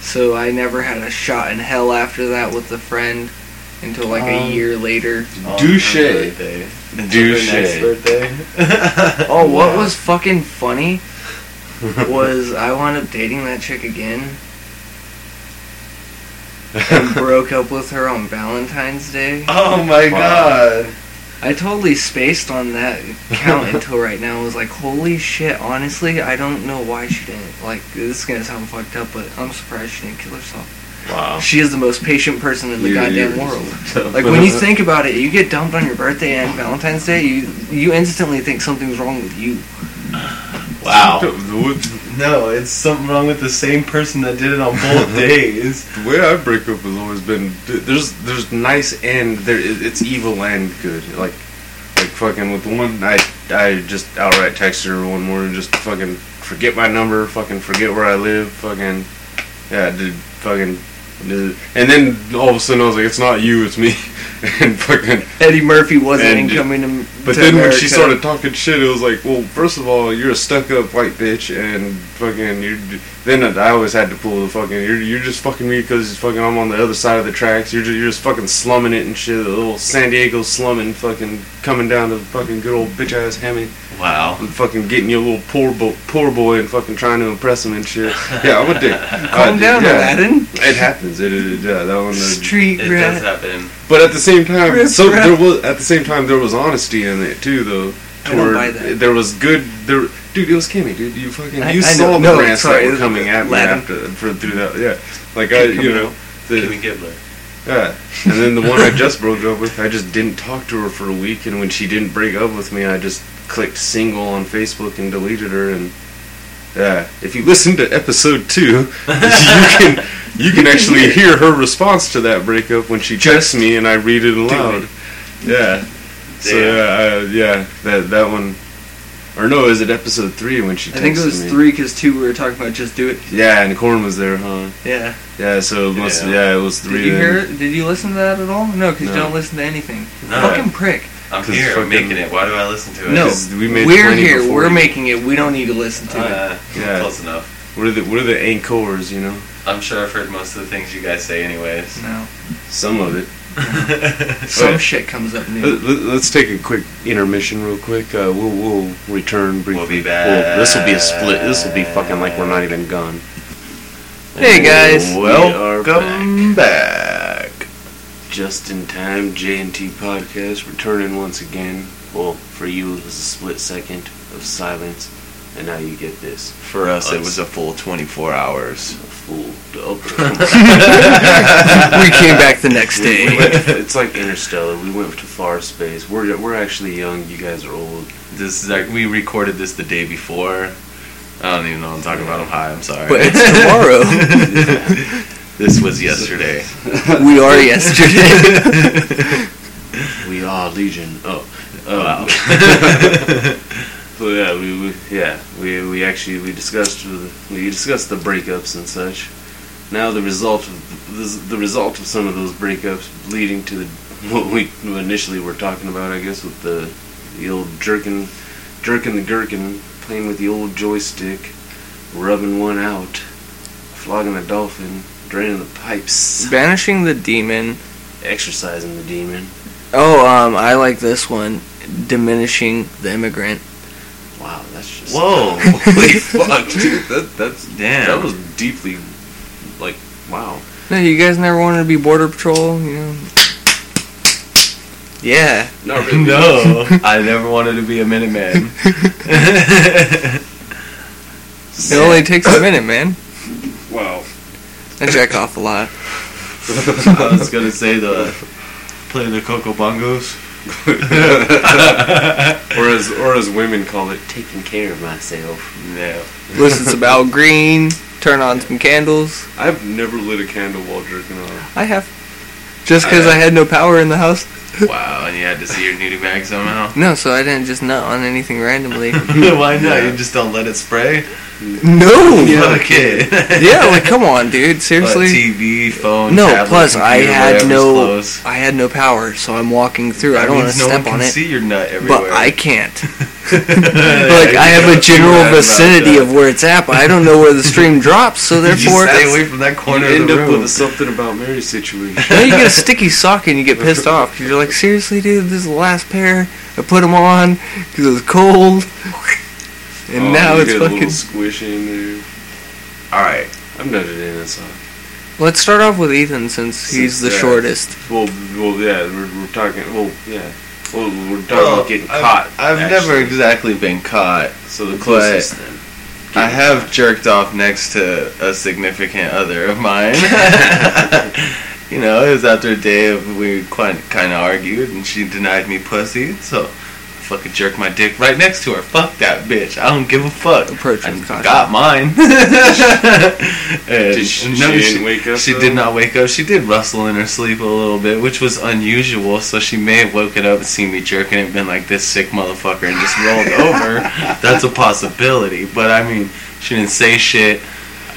[SPEAKER 1] So I never had a shot in hell after that with a friend until like a
[SPEAKER 2] Um,
[SPEAKER 1] year later.
[SPEAKER 3] On her
[SPEAKER 2] douche.
[SPEAKER 3] birthday. Until
[SPEAKER 2] Douche.
[SPEAKER 3] her next birthday.
[SPEAKER 1] Oh, what was fucking funny was I wound up dating that chick again and broke up with her on Valentine's Day.
[SPEAKER 3] Oh my
[SPEAKER 2] Wow.
[SPEAKER 3] god.
[SPEAKER 1] I totally spaced on that count until right now. I was like, holy shit, honestly, I don't know why she didn't. Like, this is gonna sound fucked up, but I'm surprised she didn't kill herself.
[SPEAKER 2] Oh.
[SPEAKER 3] Wow.
[SPEAKER 1] She is the most patient person in the
[SPEAKER 2] You-
[SPEAKER 1] goddamn
[SPEAKER 2] you-
[SPEAKER 1] world. Like when you think about it, you get dumped on your birthday and Valentine's Day, you you instantly think something's wrong with you.
[SPEAKER 3] Wow.
[SPEAKER 2] The
[SPEAKER 3] No, it's something wrong with the same person that did it on both days.
[SPEAKER 2] way I break up has always been there's there's nice and there it's evil and good. Like like fucking with one I I just outright texted her one morning just fucking forget my number, fucking forget where I live, fucking yeah, dude, fucking. did it. And then all of a sudden I was like, it's not you, it's me, and fucking.
[SPEAKER 1] Eddie Murphy wasn't
[SPEAKER 2] And-
[SPEAKER 1] incoming to
[SPEAKER 2] But
[SPEAKER 1] to
[SPEAKER 2] then when
[SPEAKER 1] America.
[SPEAKER 2] she started talking shit, it was like, well, first of all, you're a stuck-up white bitch, and fucking, you're. j- Then I always had to pull the fucking. You're, you're just fucking me because fucking I'm on the other side of the tracks. You're just, you're just fucking slumming it and shit. The little San Diego slumming, fucking coming down to the fucking good old bitch ass Hemi,
[SPEAKER 3] Wow.
[SPEAKER 2] and fucking getting your little poor bo- poor boy and fucking trying to impress him and shit. Yeah, I'm a dick.
[SPEAKER 1] Calm
[SPEAKER 2] Uh,
[SPEAKER 1] down,
[SPEAKER 2] yeah.
[SPEAKER 1] Aladdin.
[SPEAKER 2] It happens. It, it, yeah, that one. uh,
[SPEAKER 1] Street
[SPEAKER 3] It does
[SPEAKER 1] rat.
[SPEAKER 3] happen.
[SPEAKER 2] but at the same time,
[SPEAKER 1] Riff
[SPEAKER 2] so
[SPEAKER 1] raff.
[SPEAKER 2] there was at the same time there was honesty in it too, though.
[SPEAKER 1] I don't
[SPEAKER 2] toward-
[SPEAKER 1] buy that.
[SPEAKER 2] There was good. There, dude, it was Kimmy, dude. You fucking you
[SPEAKER 1] I- I
[SPEAKER 2] saw
[SPEAKER 1] know-
[SPEAKER 2] the
[SPEAKER 1] no,
[SPEAKER 2] rants
[SPEAKER 1] sorry,
[SPEAKER 2] that
[SPEAKER 1] it
[SPEAKER 2] were
[SPEAKER 1] was
[SPEAKER 2] coming at me
[SPEAKER 1] Latin.
[SPEAKER 2] after for, through that. Yeah, like I,
[SPEAKER 3] Coming
[SPEAKER 2] you know,
[SPEAKER 3] out. Kimmy
[SPEAKER 2] the,
[SPEAKER 3] Gibbler.
[SPEAKER 2] yeah. And then the one I just broke up with, I just didn't talk to her for a week, and when she didn't break up with me, I just clicked single on Facebook and deleted her. And yeah, if you listen to episode two, you can you can actually hear her response to that breakup when she texts me and I read it aloud. Yeah. So
[SPEAKER 3] Damn.
[SPEAKER 2] yeah, I, yeah, that that one, or no, is it episode three when she?
[SPEAKER 1] I think it
[SPEAKER 2] texted
[SPEAKER 1] was
[SPEAKER 2] me?
[SPEAKER 1] three because two we were talking about just do it.
[SPEAKER 2] Yeah, and Corn was there, huh?
[SPEAKER 1] Yeah.
[SPEAKER 2] Yeah, so it must.
[SPEAKER 3] Yeah.
[SPEAKER 2] Yeah, it was
[SPEAKER 1] Did
[SPEAKER 2] three.
[SPEAKER 1] you
[SPEAKER 2] then.
[SPEAKER 1] hear? it? Did you listen to that at all? No, because
[SPEAKER 2] No.
[SPEAKER 1] you don't listen to anything.
[SPEAKER 3] No.
[SPEAKER 1] Fucking prick.
[SPEAKER 3] I'm
[SPEAKER 2] 'Cause
[SPEAKER 3] here. I'm
[SPEAKER 2] fucking-
[SPEAKER 3] making it. Why do I listen to it?
[SPEAKER 1] No,
[SPEAKER 2] 'Cause we made
[SPEAKER 1] we are
[SPEAKER 2] 20
[SPEAKER 1] here.
[SPEAKER 2] before
[SPEAKER 1] We're
[SPEAKER 2] you.
[SPEAKER 1] making it. We don't need to listen to it.
[SPEAKER 3] Uh,
[SPEAKER 2] Yeah.
[SPEAKER 3] Close enough.
[SPEAKER 2] We're the we're the anchors, you know.
[SPEAKER 3] I'm sure I've heard most of the things you guys say, anyways.
[SPEAKER 1] No.
[SPEAKER 2] Some of it.
[SPEAKER 1] Some
[SPEAKER 2] yeah.
[SPEAKER 1] shit comes up new.
[SPEAKER 2] Let, us take a quick intermission, real quick. Uh, we'll we'll return briefly.
[SPEAKER 3] We'll be
[SPEAKER 2] this will be a split. This will be fucking like we're not even gone.
[SPEAKER 1] Hey, guys.
[SPEAKER 2] Oh, We are
[SPEAKER 3] welcome back.
[SPEAKER 2] Just in time, J and T podcast returning once again. Well, for you it was a split second of silence, and now you get this.
[SPEAKER 3] For us, it
[SPEAKER 2] Us.
[SPEAKER 3] was a full 24 hours.
[SPEAKER 2] A fool.
[SPEAKER 1] we came back the next
[SPEAKER 2] We- we
[SPEAKER 1] day.
[SPEAKER 2] went to- it's like Interstellar. We went to far space. We're we're actually young. You guys are old.
[SPEAKER 3] This is like we recorded this the day before. I don't even know what I'm talking about. I'm high. I'm sorry.
[SPEAKER 1] But it's tomorrow.
[SPEAKER 3] this was yesterday.
[SPEAKER 1] we are yesterday.
[SPEAKER 2] We are Legion. Oh, oh.
[SPEAKER 3] Wow.
[SPEAKER 2] so yeah, we, we yeah we we actually we discussed the- we discussed the breakups and such. Now the result of this, the result of some of those breakups leading to the, what we initially were talking about, I guess, with the the old jerking, jerking the gherkin, playing with the old joystick, rubbing one out, flogging the dolphin, draining the pipes,
[SPEAKER 1] Banishing the demon.
[SPEAKER 2] exercising the demon.
[SPEAKER 1] Oh, um, I like this one. Diminishing the immigrant.
[SPEAKER 2] Wow, that's just
[SPEAKER 3] Whoa.
[SPEAKER 2] Holy fuck, dude! That, that's
[SPEAKER 3] Damn.
[SPEAKER 2] That was deeply, like, wow.
[SPEAKER 1] No, you guys never wanted to be border patrol, you know? Yeah.
[SPEAKER 2] Not
[SPEAKER 3] no, I never wanted to be a Minuteman.
[SPEAKER 1] It only takes a minute, man.
[SPEAKER 2] Wow.
[SPEAKER 1] I jack off a lot.
[SPEAKER 3] I was gonna say the play the Coco Bongos.
[SPEAKER 2] Or as or as women call it, taking care of myself.
[SPEAKER 3] No,
[SPEAKER 1] Listen to Bal Green. Turn on some candles.
[SPEAKER 2] I've never lit a candle while jerking off.
[SPEAKER 1] I have. Just because I had no power in the house?
[SPEAKER 3] wow, and you had to see your nudie bag somehow.
[SPEAKER 1] No, so I didn't just nut on anything randomly.
[SPEAKER 3] Why not? You just don't let it spray.
[SPEAKER 1] no! Yeah.
[SPEAKER 3] Okay.
[SPEAKER 1] like, come on, dude.
[SPEAKER 3] But
[SPEAKER 1] Seriously?
[SPEAKER 3] TV, phone.
[SPEAKER 1] No,
[SPEAKER 3] tablet,
[SPEAKER 1] plus I
[SPEAKER 3] computer,
[SPEAKER 1] had
[SPEAKER 3] whatever's
[SPEAKER 1] no.
[SPEAKER 3] Close.
[SPEAKER 1] I had no power, so I'm walking through. I
[SPEAKER 3] That
[SPEAKER 1] don't want to
[SPEAKER 3] means no
[SPEAKER 1] step
[SPEAKER 3] one
[SPEAKER 1] on
[SPEAKER 3] can
[SPEAKER 1] it.
[SPEAKER 3] See your nut everywhere.
[SPEAKER 1] But I can't.
[SPEAKER 3] like
[SPEAKER 1] like I have a general vicinity of where it's at, but I don't know where the stream drops, so therefore
[SPEAKER 3] stay away from that corner
[SPEAKER 2] you
[SPEAKER 3] of
[SPEAKER 2] end
[SPEAKER 3] the
[SPEAKER 2] up
[SPEAKER 3] room.
[SPEAKER 2] with a something about Mary situation.
[SPEAKER 1] now you get a sticky sock and you get pissed off 'cause you're like, seriously, dude, this is the last pair. I put them on because it was cold, and
[SPEAKER 2] Oh,
[SPEAKER 1] now
[SPEAKER 2] you
[SPEAKER 1] it's
[SPEAKER 2] get a little
[SPEAKER 1] fucking.
[SPEAKER 2] squish in there.
[SPEAKER 3] All right.
[SPEAKER 2] I've done it in a sock.
[SPEAKER 1] Let's start off with Ethan since he's
[SPEAKER 2] Since,
[SPEAKER 1] the
[SPEAKER 2] uh,
[SPEAKER 1] shortest.
[SPEAKER 2] Well, well, yeah, we're, we're talking. Well, yeah. Well, we're talking about getting
[SPEAKER 3] I've,
[SPEAKER 2] caught.
[SPEAKER 3] I've never
[SPEAKER 2] actually.
[SPEAKER 3] exactly been caught.
[SPEAKER 2] So the
[SPEAKER 3] but
[SPEAKER 2] closest then.
[SPEAKER 3] I have jerked off next to a significant other of mine. you know, it was after a day of we kind of argued, and she denied me pussy, so fucking jerk my dick right next to her. Fuck that bitch. I don't give a fuck.
[SPEAKER 1] Approach
[SPEAKER 3] I
[SPEAKER 1] with caution.
[SPEAKER 3] got mine.
[SPEAKER 2] Did she- she didn't wake up,
[SPEAKER 3] She
[SPEAKER 2] though?
[SPEAKER 3] did not wake up. She did rustle in her sleep a little bit, which was unusual. So she may have woken up and seen me jerking it and been like, "This sick motherfucker," and just rolled over. That's a possibility. But I mean, she didn't say shit.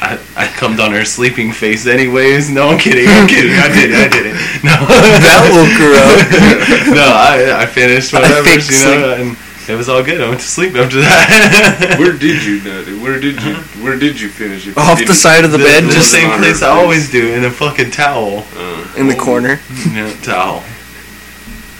[SPEAKER 3] I, I cummed on her sleeping face anyways. No, I'm kidding. I'm kidding. I did. I did it. No,
[SPEAKER 1] That woke her up.
[SPEAKER 3] no, I, I finished
[SPEAKER 1] I
[SPEAKER 3] whatever,
[SPEAKER 1] think
[SPEAKER 3] you know, and it was all good. I went to sleep after that.
[SPEAKER 2] Where did you nut it? Where did you
[SPEAKER 3] Uh-huh.
[SPEAKER 2] where did you finish it?
[SPEAKER 1] Off
[SPEAKER 2] Did
[SPEAKER 1] the
[SPEAKER 2] you-
[SPEAKER 1] side of the bed,
[SPEAKER 3] the
[SPEAKER 1] just
[SPEAKER 2] on
[SPEAKER 3] same
[SPEAKER 2] her
[SPEAKER 3] place I
[SPEAKER 2] face?
[SPEAKER 3] always do in a fucking towel.
[SPEAKER 2] Uh,
[SPEAKER 1] in the corner.
[SPEAKER 3] Yeah, towel.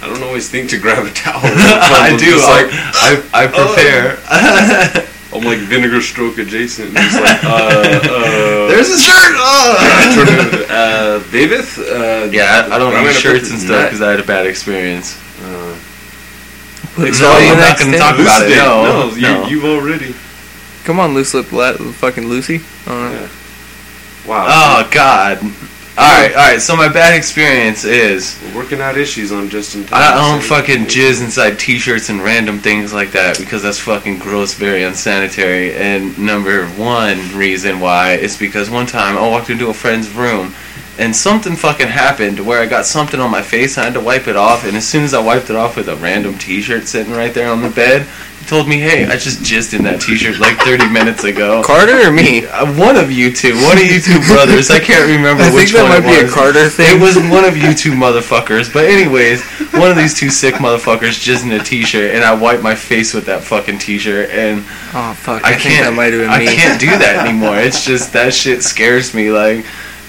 [SPEAKER 2] I don't always think to grab a towel.
[SPEAKER 3] I
[SPEAKER 2] I'm
[SPEAKER 3] do. Oh.
[SPEAKER 2] just
[SPEAKER 3] Like,
[SPEAKER 2] like
[SPEAKER 3] I I prepare.
[SPEAKER 2] I'm like vinegar stroke adjacent. Just like uh uh.
[SPEAKER 3] There's a shirt. Oh.
[SPEAKER 2] turn it over. uh, David. Uh,
[SPEAKER 3] Yeah, I, I don't
[SPEAKER 2] I'm gonna
[SPEAKER 3] use shirts
[SPEAKER 2] put
[SPEAKER 3] and
[SPEAKER 2] this
[SPEAKER 3] stuff
[SPEAKER 2] nut-
[SPEAKER 3] because I had a bad experience.
[SPEAKER 2] Uh,
[SPEAKER 1] Put it
[SPEAKER 3] It's
[SPEAKER 1] on
[SPEAKER 3] all-
[SPEAKER 1] the
[SPEAKER 3] I'm not
[SPEAKER 1] next
[SPEAKER 3] gonna
[SPEAKER 1] day.
[SPEAKER 3] talk about it.
[SPEAKER 2] Lucy,
[SPEAKER 3] no,
[SPEAKER 2] you,
[SPEAKER 3] no.
[SPEAKER 2] you've already.
[SPEAKER 1] Come on, loose lip, la- fucking Lucy. Uh,
[SPEAKER 2] Yeah. Wow.
[SPEAKER 3] Oh God. All right, all right. So my bad experience is.
[SPEAKER 2] We're working out issues on Justin.
[SPEAKER 3] I I don't fucking jizz inside T-shirts and random things like that because that's fucking gross, very unsanitary. And number one reason why is because one time I walked into a friend's room, and something fucking happened where I got something on my face. I had to wipe it off, and as soon as I wiped it off with a random T-shirt sitting right there on the bed, he told me, "Hey, I just jizzed in that T-shirt like 30 minutes ago."
[SPEAKER 1] Carter or me?
[SPEAKER 3] Uh, one of you two, one of you two brothers. I can't remember
[SPEAKER 1] I think
[SPEAKER 3] which
[SPEAKER 1] that
[SPEAKER 3] one
[SPEAKER 1] might
[SPEAKER 3] it
[SPEAKER 1] be a
[SPEAKER 3] was.
[SPEAKER 1] Carter thing.
[SPEAKER 3] It was one of you two motherfuckers. But anyways, one of these two sick motherfuckers jizzed in a t-shirt, and I wiped my face with that fucking t-shirt, and
[SPEAKER 1] Oh fuck! I,
[SPEAKER 3] I,
[SPEAKER 1] think
[SPEAKER 3] can't.
[SPEAKER 1] that might have been
[SPEAKER 3] I
[SPEAKER 1] me.
[SPEAKER 3] can't do that anymore. It's just that shit scares me. Like,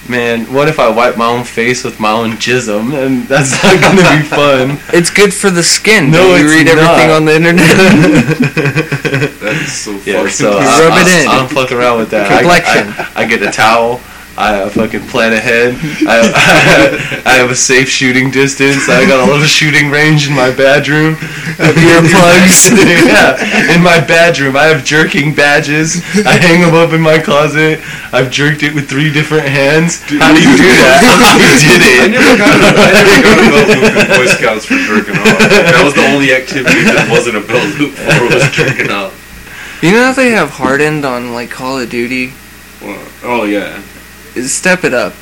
[SPEAKER 3] man, what if I wipe my own face with my own jism? And that's not gonna be fun.
[SPEAKER 1] It's good for the skin.
[SPEAKER 3] No,
[SPEAKER 1] No, you
[SPEAKER 3] it's
[SPEAKER 1] read everything
[SPEAKER 3] not.
[SPEAKER 1] on the internet.
[SPEAKER 2] That's so
[SPEAKER 3] Yeah,
[SPEAKER 2] fucking.
[SPEAKER 3] so uh,
[SPEAKER 1] You
[SPEAKER 3] I,
[SPEAKER 1] rub
[SPEAKER 3] I,
[SPEAKER 1] it in.
[SPEAKER 3] I don't fuck around with that.
[SPEAKER 1] Complexion.
[SPEAKER 3] I, I, I get a towel. I uh, fucking plan ahead. I, I have a safe shooting distance. I got a little shooting range in my bedroom.
[SPEAKER 1] Earplugs.
[SPEAKER 3] yeah, in my bedroom. I have jerking badges. I hang them up in my closet. I've jerked it with three different hands. How do you do that? I
[SPEAKER 2] I
[SPEAKER 3] did it.
[SPEAKER 2] never got, I never got a belt loop in Boy Scouts for jerking off. That was the only activity that wasn't a belt loop for was jerking off.
[SPEAKER 1] you know how they have hard end on like Call of Duty?
[SPEAKER 2] Well, oh yeah,
[SPEAKER 1] Step it up.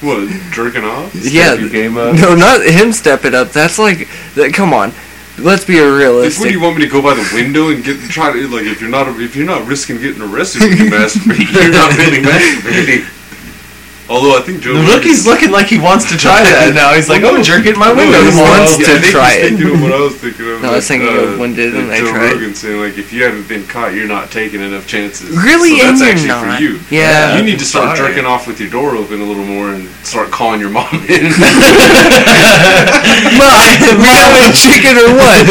[SPEAKER 2] what jerking off?
[SPEAKER 1] yeah.
[SPEAKER 3] your game up.
[SPEAKER 1] No, not him. Step it up. That's like, that, come on. Let's be
[SPEAKER 2] If, what do
[SPEAKER 1] realistic.
[SPEAKER 2] you want me to go by the window and get try to like if you're not if you're not risking getting arrested when you masturbate, you're not really masturbating. Although I think Joe
[SPEAKER 3] The rookie's looking like he wants to try that now. He's like, oh, jerk it in my
[SPEAKER 2] No,
[SPEAKER 3] window
[SPEAKER 1] he
[SPEAKER 2] he's-
[SPEAKER 3] tomorrow.
[SPEAKER 1] wants
[SPEAKER 2] yeah,
[SPEAKER 1] to
[SPEAKER 2] I think
[SPEAKER 1] try
[SPEAKER 2] he's
[SPEAKER 1] it.
[SPEAKER 2] Thinking of what I was thinking
[SPEAKER 1] No, I
[SPEAKER 2] of.
[SPEAKER 1] was
[SPEAKER 2] like,
[SPEAKER 1] thinking of
[SPEAKER 2] uh,
[SPEAKER 1] when didn't
[SPEAKER 2] like
[SPEAKER 1] I
[SPEAKER 2] Joe
[SPEAKER 1] try it?
[SPEAKER 2] Rogan saying like if you haven't been caught, you're not taking enough chances.
[SPEAKER 1] Really,
[SPEAKER 2] so
[SPEAKER 1] and
[SPEAKER 2] that's
[SPEAKER 1] you're
[SPEAKER 2] actually
[SPEAKER 1] not.
[SPEAKER 2] for you.
[SPEAKER 1] Yeah.
[SPEAKER 2] You need to start
[SPEAKER 3] Sorry.
[SPEAKER 2] jerking off with your door open a little more and start calling your mom in.
[SPEAKER 1] Mom, mom and chicken or what?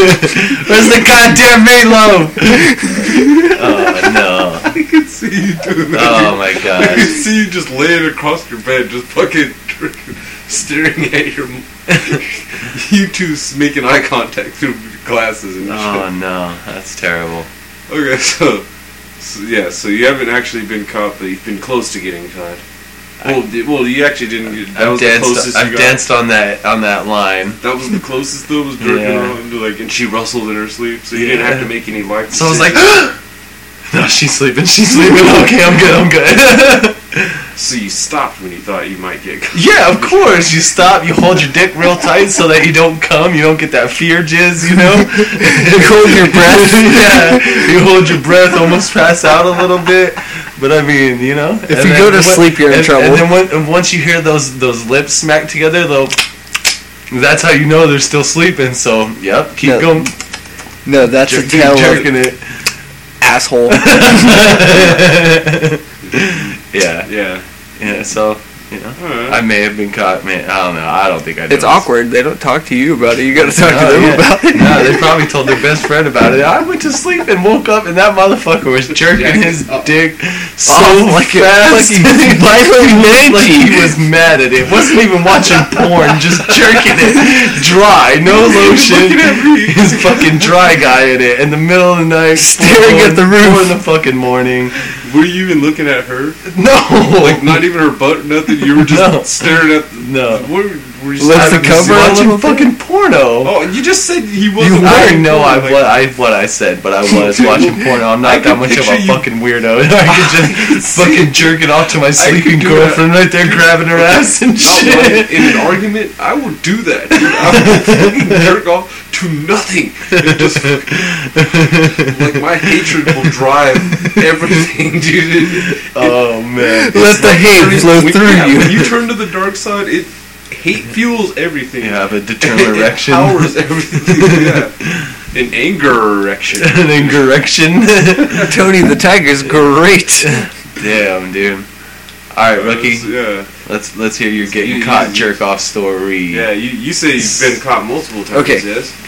[SPEAKER 3] Where's the goddamn meatloaf? oh no!
[SPEAKER 2] I can see you doing that.
[SPEAKER 3] Oh my
[SPEAKER 2] I can
[SPEAKER 3] god!
[SPEAKER 2] see you just laying across your bed, just fucking jerking, staring at your. you two making eye contact through glasses and shit.
[SPEAKER 3] Oh no! That's terrible.
[SPEAKER 2] Okay, so, so yeah, so you haven't actually been caught, but you've been close to getting caught. Well, di- well, you actually didn't. Get, that
[SPEAKER 3] I've
[SPEAKER 2] was the
[SPEAKER 3] danced.
[SPEAKER 2] closest
[SPEAKER 3] I've
[SPEAKER 2] you got.
[SPEAKER 3] danced on that on that line.
[SPEAKER 2] That was the closest though. Was jerking
[SPEAKER 3] Yeah.
[SPEAKER 2] around to, like, and she rustled in her sleep, so you didn't have to make any life.
[SPEAKER 3] So I was like,
[SPEAKER 2] decisions.
[SPEAKER 3] "No, she's sleeping. She's sleeping. Okay, I'm good. I'm good."
[SPEAKER 2] so you stopped when you thought you might get caught.
[SPEAKER 3] yeah, of course. You stop. You hold your dick real tight so that you don't come. You don't get that fear jizz. You know.
[SPEAKER 1] You hold your breath.
[SPEAKER 3] yeah. You hold your breath. Almost pass out a little bit. But I mean, you know.
[SPEAKER 1] If you go to sleep, you're in
[SPEAKER 3] and,
[SPEAKER 1] trouble.
[SPEAKER 3] And then when, and once you hear those those lips smack together, though, that's how you know they're still sleeping. So, yep, keep
[SPEAKER 1] No,
[SPEAKER 3] going,
[SPEAKER 1] No, that's
[SPEAKER 3] jer-
[SPEAKER 1] a
[SPEAKER 3] keep
[SPEAKER 1] tell of
[SPEAKER 3] jerking it.
[SPEAKER 1] asshole.
[SPEAKER 3] Yeah,
[SPEAKER 2] Yeah.
[SPEAKER 3] yeah. So, you know,
[SPEAKER 2] Alright.
[SPEAKER 3] I may have been caught. Man, I don't know. I don't think I did.
[SPEAKER 1] It's
[SPEAKER 3] it.
[SPEAKER 1] awkward. They don't talk to you about it. You gotta talk
[SPEAKER 3] Oh,
[SPEAKER 1] to them
[SPEAKER 3] yeah.
[SPEAKER 1] about it.
[SPEAKER 3] No, they probably told their best friend about it. I went to sleep and woke up, and that motherfucker was jerking his dick so
[SPEAKER 1] Oh, like a-
[SPEAKER 3] fast,
[SPEAKER 1] like a- like a
[SPEAKER 3] like
[SPEAKER 1] mangy.
[SPEAKER 3] he was mad at it. Wasn't even watching porn, just jerking it dry, no lotion.
[SPEAKER 2] Looking at me.
[SPEAKER 3] His fucking dry guy in it in the middle of the night,
[SPEAKER 1] Staring at
[SPEAKER 3] four-
[SPEAKER 1] the roof.
[SPEAKER 3] four in the fucking morning.
[SPEAKER 2] Were you even looking at her?
[SPEAKER 3] No,
[SPEAKER 2] Like not even her butt, nothing. You were just
[SPEAKER 3] No.
[SPEAKER 2] staring at.
[SPEAKER 3] no.
[SPEAKER 2] What, were just
[SPEAKER 1] Lift the
[SPEAKER 2] out of his-
[SPEAKER 1] cover a
[SPEAKER 2] watching
[SPEAKER 1] little bit.
[SPEAKER 2] fucking.
[SPEAKER 3] porno.
[SPEAKER 2] Oh, you just said he
[SPEAKER 1] You
[SPEAKER 2] wasn't.
[SPEAKER 1] were- Very
[SPEAKER 2] watching
[SPEAKER 3] I know
[SPEAKER 2] porn,
[SPEAKER 3] I
[SPEAKER 2] like-
[SPEAKER 3] what I what I said, but I was watching porno. I'm
[SPEAKER 2] I
[SPEAKER 3] not that
[SPEAKER 2] can
[SPEAKER 3] much of
[SPEAKER 2] picture
[SPEAKER 3] a
[SPEAKER 2] you-
[SPEAKER 3] fucking weirdo. I could just
[SPEAKER 2] see-
[SPEAKER 3] fucking jerk it off to my sleeping
[SPEAKER 2] do that.
[SPEAKER 3] girlfriend right there, grabbing her ass and
[SPEAKER 2] Not
[SPEAKER 3] shit.
[SPEAKER 2] one. in an argument, I will do that. Dude. I will fucking jerk off to nothing. It just like my hatred will drive everything, dude. It-
[SPEAKER 3] oh man.
[SPEAKER 1] Let the hate flow
[SPEAKER 2] when,
[SPEAKER 1] through
[SPEAKER 2] yeah, When
[SPEAKER 1] you.
[SPEAKER 2] you turn to the dark side, it hate fuels everything.
[SPEAKER 3] You have a
[SPEAKER 2] It
[SPEAKER 3] determined erection.
[SPEAKER 2] powers everything. Yeah. An anger erection.
[SPEAKER 3] An erection.
[SPEAKER 1] Tony the Tiger's great.
[SPEAKER 3] Damn, dude. All right, rookie.
[SPEAKER 2] Yeah.
[SPEAKER 3] Let's let's hear your getting
[SPEAKER 2] You-
[SPEAKER 3] caught
[SPEAKER 2] you-
[SPEAKER 3] jerk off story.
[SPEAKER 2] Yeah. You, you say you've been caught multiple times.
[SPEAKER 1] Okay.
[SPEAKER 2] Yes.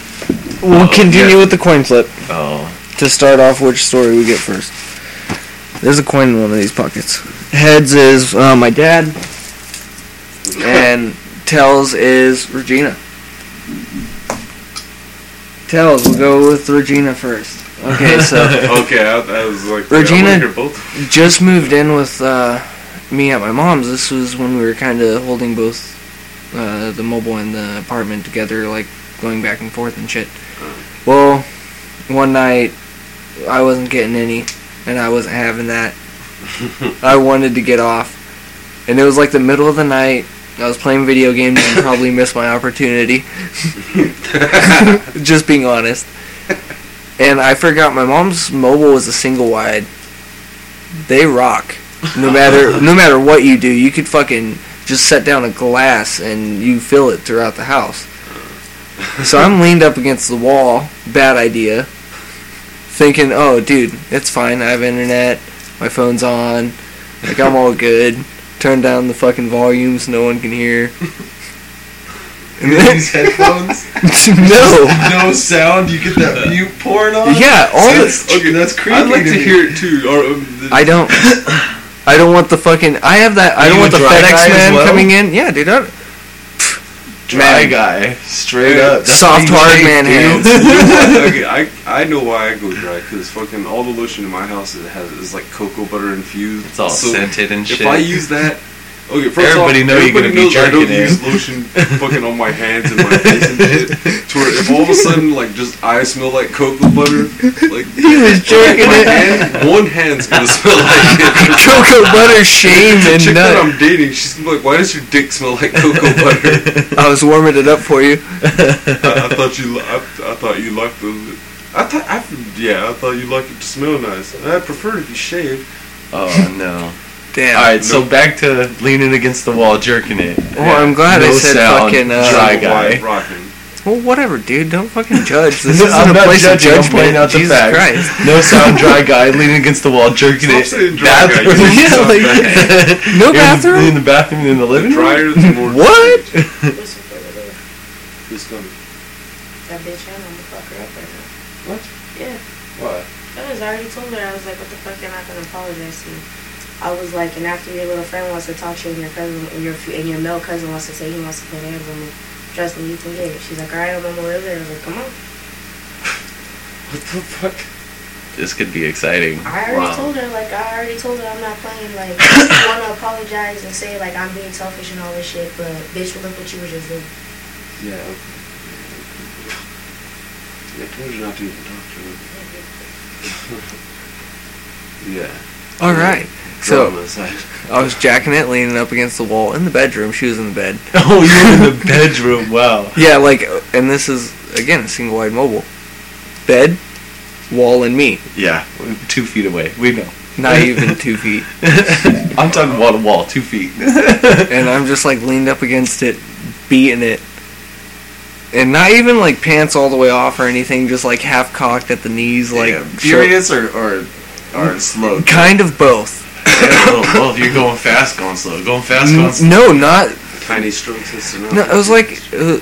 [SPEAKER 1] We'll
[SPEAKER 3] Oh,
[SPEAKER 1] continue
[SPEAKER 3] yeah.
[SPEAKER 1] with the coin flip
[SPEAKER 3] Oh.
[SPEAKER 1] to start off. Which story we get first? There's a coin in one of these pockets. Heads is uh, my dad, and tails is Regina. Tails, we'll go with Regina first. Okay, so
[SPEAKER 2] Okay. I, I was like.
[SPEAKER 1] Regina-
[SPEAKER 2] I wanna hear both.
[SPEAKER 1] just moved in with uh, me at my mom's. This was when we were kind of holding both uh, the mobile and the apartment together, like going back and forth and shit. Well, one night I wasn't getting any, and I wasn't having that. I wanted to get off, and it was like the middle of the night. I was playing video games and probably missed my opportunity. Just being honest. And I forgot my mom's mobile was a single wide. They rock. No matter no matter what you do, you could fucking just set down a glass and you feel it throughout the house. So I'm leaned up against the wall, bad idea. Thinking, oh dude, it's fine, I have internet, my phone's on, like I'm all good. Turn down the fucking volume so no one can hear. And then-
[SPEAKER 3] These headphones.
[SPEAKER 1] no.
[SPEAKER 3] no sound. You get that mute porn on.
[SPEAKER 1] Yeah, all
[SPEAKER 3] that's,
[SPEAKER 1] the-
[SPEAKER 3] okay, that's creepy.
[SPEAKER 2] I'd like to
[SPEAKER 3] me.
[SPEAKER 2] hear it too. Or, um, the-
[SPEAKER 1] I don't. I don't want the fucking. I have that. I
[SPEAKER 3] Are
[SPEAKER 1] don't
[SPEAKER 3] you
[SPEAKER 1] want
[SPEAKER 3] a
[SPEAKER 1] the
[SPEAKER 3] dry guy
[SPEAKER 1] FedEx
[SPEAKER 3] as
[SPEAKER 1] man
[SPEAKER 3] well?
[SPEAKER 1] coming in. Yeah, dude. I,
[SPEAKER 3] dry
[SPEAKER 1] Man.
[SPEAKER 3] guy, straight up. That's
[SPEAKER 1] Soft
[SPEAKER 3] what
[SPEAKER 1] hard
[SPEAKER 3] you
[SPEAKER 1] man hands.
[SPEAKER 3] think, dude.
[SPEAKER 2] okay, I, I know why I go dry because fucking all the lotion in my house it has is like cocoa butter infused.
[SPEAKER 3] It's all
[SPEAKER 2] So
[SPEAKER 3] scented and shit.
[SPEAKER 2] If I use that, okay, first
[SPEAKER 3] Everybody
[SPEAKER 2] off,
[SPEAKER 3] know you're
[SPEAKER 2] everybody
[SPEAKER 3] gonna be
[SPEAKER 2] knows I don't
[SPEAKER 3] jerking it.
[SPEAKER 2] use lotion fucking on my hands and my face and shit. To where if all of a sudden like just I smell like cocoa butter, like
[SPEAKER 1] he was
[SPEAKER 2] like,
[SPEAKER 1] jerking
[SPEAKER 2] my
[SPEAKER 1] it.
[SPEAKER 2] hand, one hand's gonna smell like it.
[SPEAKER 1] Cocoa butter, shame,
[SPEAKER 2] The
[SPEAKER 1] and
[SPEAKER 2] chick that
[SPEAKER 3] um,
[SPEAKER 1] nut.
[SPEAKER 2] I'm dating, she's gonna be like, "Why does your dick smell like cocoa butter?"
[SPEAKER 1] I was warming it up for you.
[SPEAKER 2] I, I thought you, li- I, I thought you liked the. I thought, I, yeah, I thought you liked it to smell nice. I prefer if you shave.
[SPEAKER 3] oh no!
[SPEAKER 1] Damn.
[SPEAKER 3] All right, so back to leaning against the wall, jerking it.
[SPEAKER 1] Well, Oh, I'm glad I
[SPEAKER 3] No
[SPEAKER 1] said
[SPEAKER 3] sound,
[SPEAKER 1] fucking. Uh,
[SPEAKER 3] dry
[SPEAKER 2] Single
[SPEAKER 3] guy.
[SPEAKER 2] wide Rocking.
[SPEAKER 1] Well, whatever, dude. Don't fucking judge. This
[SPEAKER 3] I'm
[SPEAKER 1] isn't a
[SPEAKER 3] not
[SPEAKER 1] place of
[SPEAKER 3] judging, I'm
[SPEAKER 1] judgment.
[SPEAKER 3] pointing out the
[SPEAKER 1] Jesus
[SPEAKER 3] facts.
[SPEAKER 1] Christ.
[SPEAKER 3] No sound, dry guy leaning against the wall, jerking
[SPEAKER 2] Stop
[SPEAKER 3] it.
[SPEAKER 2] saying dry guy, you
[SPEAKER 3] Bathroom.
[SPEAKER 1] Yeah, like- No
[SPEAKER 3] In-
[SPEAKER 1] bathroom?
[SPEAKER 3] in the bathroom in the
[SPEAKER 2] The
[SPEAKER 3] living room.
[SPEAKER 2] drier, the more.
[SPEAKER 1] What?
[SPEAKER 4] Listen for the little-
[SPEAKER 2] It's gonna.
[SPEAKER 4] That bitch, I'm gonna fuck her up right now.
[SPEAKER 2] What?
[SPEAKER 4] Yeah,
[SPEAKER 2] Why?
[SPEAKER 4] I was I already told her. I was like, what the fuck? You're not gonna apologize to me. I was like, and after your little friend wants to talk shit, and your cousin, and your fu- and your male cousin wants to say he wants to put hands on me. Trust me, you can get it. She's like, all right, I'm gonna live there. I was like, come on.
[SPEAKER 2] What the fuck?
[SPEAKER 3] This could be exciting.
[SPEAKER 4] I already
[SPEAKER 3] Wow.
[SPEAKER 4] told her, like, I already told her I'm not playing. Like, I want to apologize and say like I'm being selfish and all this shit, but bitch, look what you were just doing.
[SPEAKER 2] Yeah. I told you not to even talk to him. Yeah.
[SPEAKER 1] All right. So
[SPEAKER 2] Drama aside.
[SPEAKER 1] I was jacking it, leaning up against the wall in the bedroom. She was in the bed.
[SPEAKER 3] Oh, you're in the bedroom. Wow.
[SPEAKER 1] Yeah, like, and this is again a single wide mobile. Bed, wall, and me.
[SPEAKER 3] Yeah, two feet away. We know.
[SPEAKER 1] Not even two feet.
[SPEAKER 3] I'm talking wall to wall, two feet.
[SPEAKER 1] and I'm just like leaned up against it, beating it, and not even like pants all the way off or anything, just like half cocked at the knees, like
[SPEAKER 3] Yeah, furious or or or slow.
[SPEAKER 1] so- kind of both.
[SPEAKER 3] Well, well, you're going fast, going slow, going fast, going
[SPEAKER 1] N-
[SPEAKER 3] slow.
[SPEAKER 1] no, not
[SPEAKER 2] Tiny strokes is enough.
[SPEAKER 1] no. It was like uh,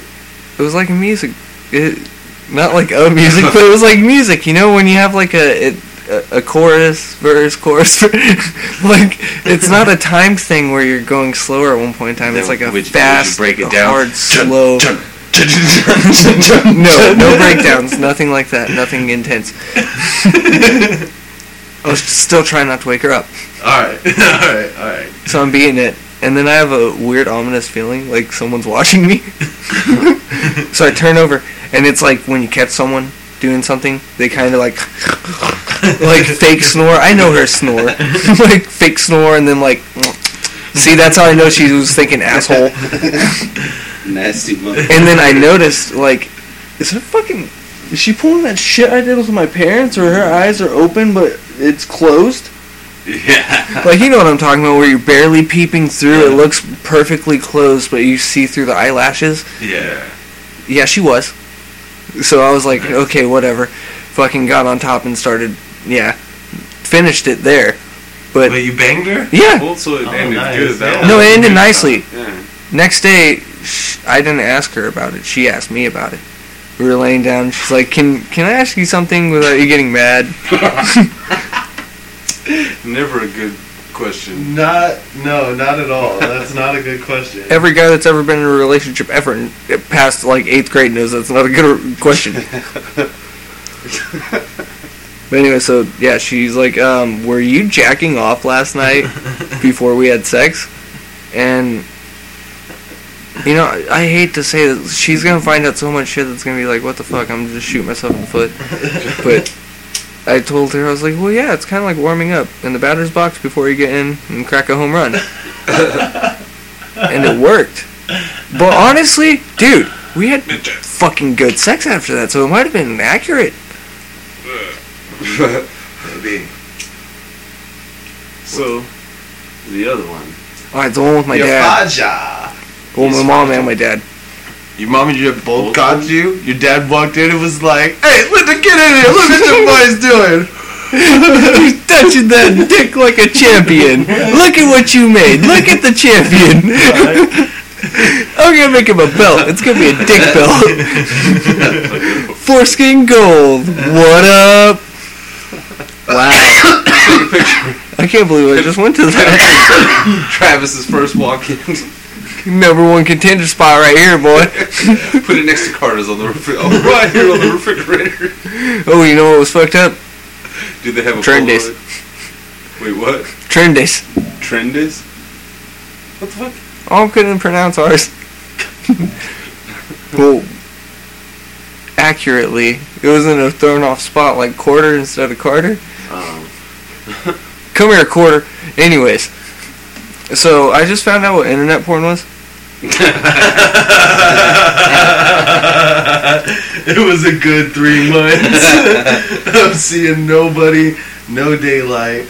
[SPEAKER 1] it was like music, it, not like a music, but it was like music. You know when you have like a it, a, a chorus, verse, chorus, like it's not a timed thing where you're going slower at one point in time. it's like a
[SPEAKER 3] Would you-
[SPEAKER 1] fast,
[SPEAKER 3] would you break it down.
[SPEAKER 1] hard,
[SPEAKER 3] Chun,
[SPEAKER 1] slow.
[SPEAKER 3] chun, chun, chun, chun, chun,
[SPEAKER 1] No,
[SPEAKER 3] chun.
[SPEAKER 1] no breakdowns, nothing like that, nothing intense. I was still trying not to wake her up,
[SPEAKER 3] all right, all right, all right.
[SPEAKER 1] so I'm beating it, And then I have a weird ominous feeling like someone's watching me. so I turn over and it's like when you catch someone doing something, they kind of like like fake snore. I know her snore. like fake snore and then like See, that's how I know she was thinking asshole.
[SPEAKER 5] Nasty mother.
[SPEAKER 1] And then I noticed like is her fucking is she pulling that shit I did with my parents or her eyes are open but it's closed?
[SPEAKER 3] Yeah.
[SPEAKER 1] Like you know what I'm talking about where you're barely peeping through. It looks perfectly closed but you see through the eyelashes.
[SPEAKER 3] Yeah.
[SPEAKER 1] Yeah, she was. So I was like, okay, whatever. Fucking got on top and started, yeah, finished it there. But
[SPEAKER 3] But you banged her?
[SPEAKER 1] yeah,
[SPEAKER 2] Also, it
[SPEAKER 3] Oh,
[SPEAKER 2] ended
[SPEAKER 3] nice,
[SPEAKER 2] good. That
[SPEAKER 3] yeah.
[SPEAKER 2] was
[SPEAKER 1] no, it
[SPEAKER 2] a
[SPEAKER 1] ended
[SPEAKER 2] good
[SPEAKER 1] nicely.
[SPEAKER 2] time. Yeah.
[SPEAKER 1] Next day, sh- I didn't ask her about it. She asked me about it. We were laying down. She's like, "Can can I ask you something without you getting mad?"
[SPEAKER 2] Never a good question.
[SPEAKER 3] Not, no, not at all. That's not a good question.
[SPEAKER 1] Every guy that's ever been in a relationship ever n- past like eighth grade knows that's not a good question. but anyway, so yeah, she's like, um, "Were you jacking off last night before we had sex?" And you know, I I hate to say this, she's gonna find out so much shit that's gonna be like, "What the fuck?" I'm just shooting myself in the foot. But I told her I was like, "Well, yeah, it's kind of like warming up in the batter's box before you get in and crack a home run." and it worked. But honestly, dude, we had fucking good sex after that, so it might have been accurate.
[SPEAKER 3] Maybe.
[SPEAKER 2] so, the other one.
[SPEAKER 1] All right, the one with my
[SPEAKER 3] Your
[SPEAKER 1] dad,
[SPEAKER 3] faja.
[SPEAKER 1] well, my mom and my dad.
[SPEAKER 3] Your mom and your dad both
[SPEAKER 2] Both
[SPEAKER 3] got
[SPEAKER 2] of
[SPEAKER 3] you. Your dad walked in and was like, "Hey, Linda, get in here. Look at your boy's doing."
[SPEAKER 1] He's touching that dick like a champion. Look at what you made. Look at the champion. I'm gonna make him a belt. It's gonna be a dick belt. Foreskin gold. What up? Wow. I can't believe I just went to that.
[SPEAKER 2] Travis's first walk in.
[SPEAKER 1] Number one contender spot right here, boy.
[SPEAKER 2] Put it next to Carter's on the refri- oh, right here on the refrigerator.
[SPEAKER 1] Oh, you know what was fucked up?
[SPEAKER 2] Do they have a
[SPEAKER 1] Trend days.
[SPEAKER 2] Polaroid? Wait, what?
[SPEAKER 1] Trend days.
[SPEAKER 2] Trend is? What the fuck?
[SPEAKER 1] All Oh, couldn't pronounce ours. well, accurately, it was in a thrown off spot like quarter instead of Carter.
[SPEAKER 2] Um,
[SPEAKER 1] Come here, quarter. Anyways, so I just found out what internet porn was.
[SPEAKER 3] it was a good three months of seeing nobody, no daylight.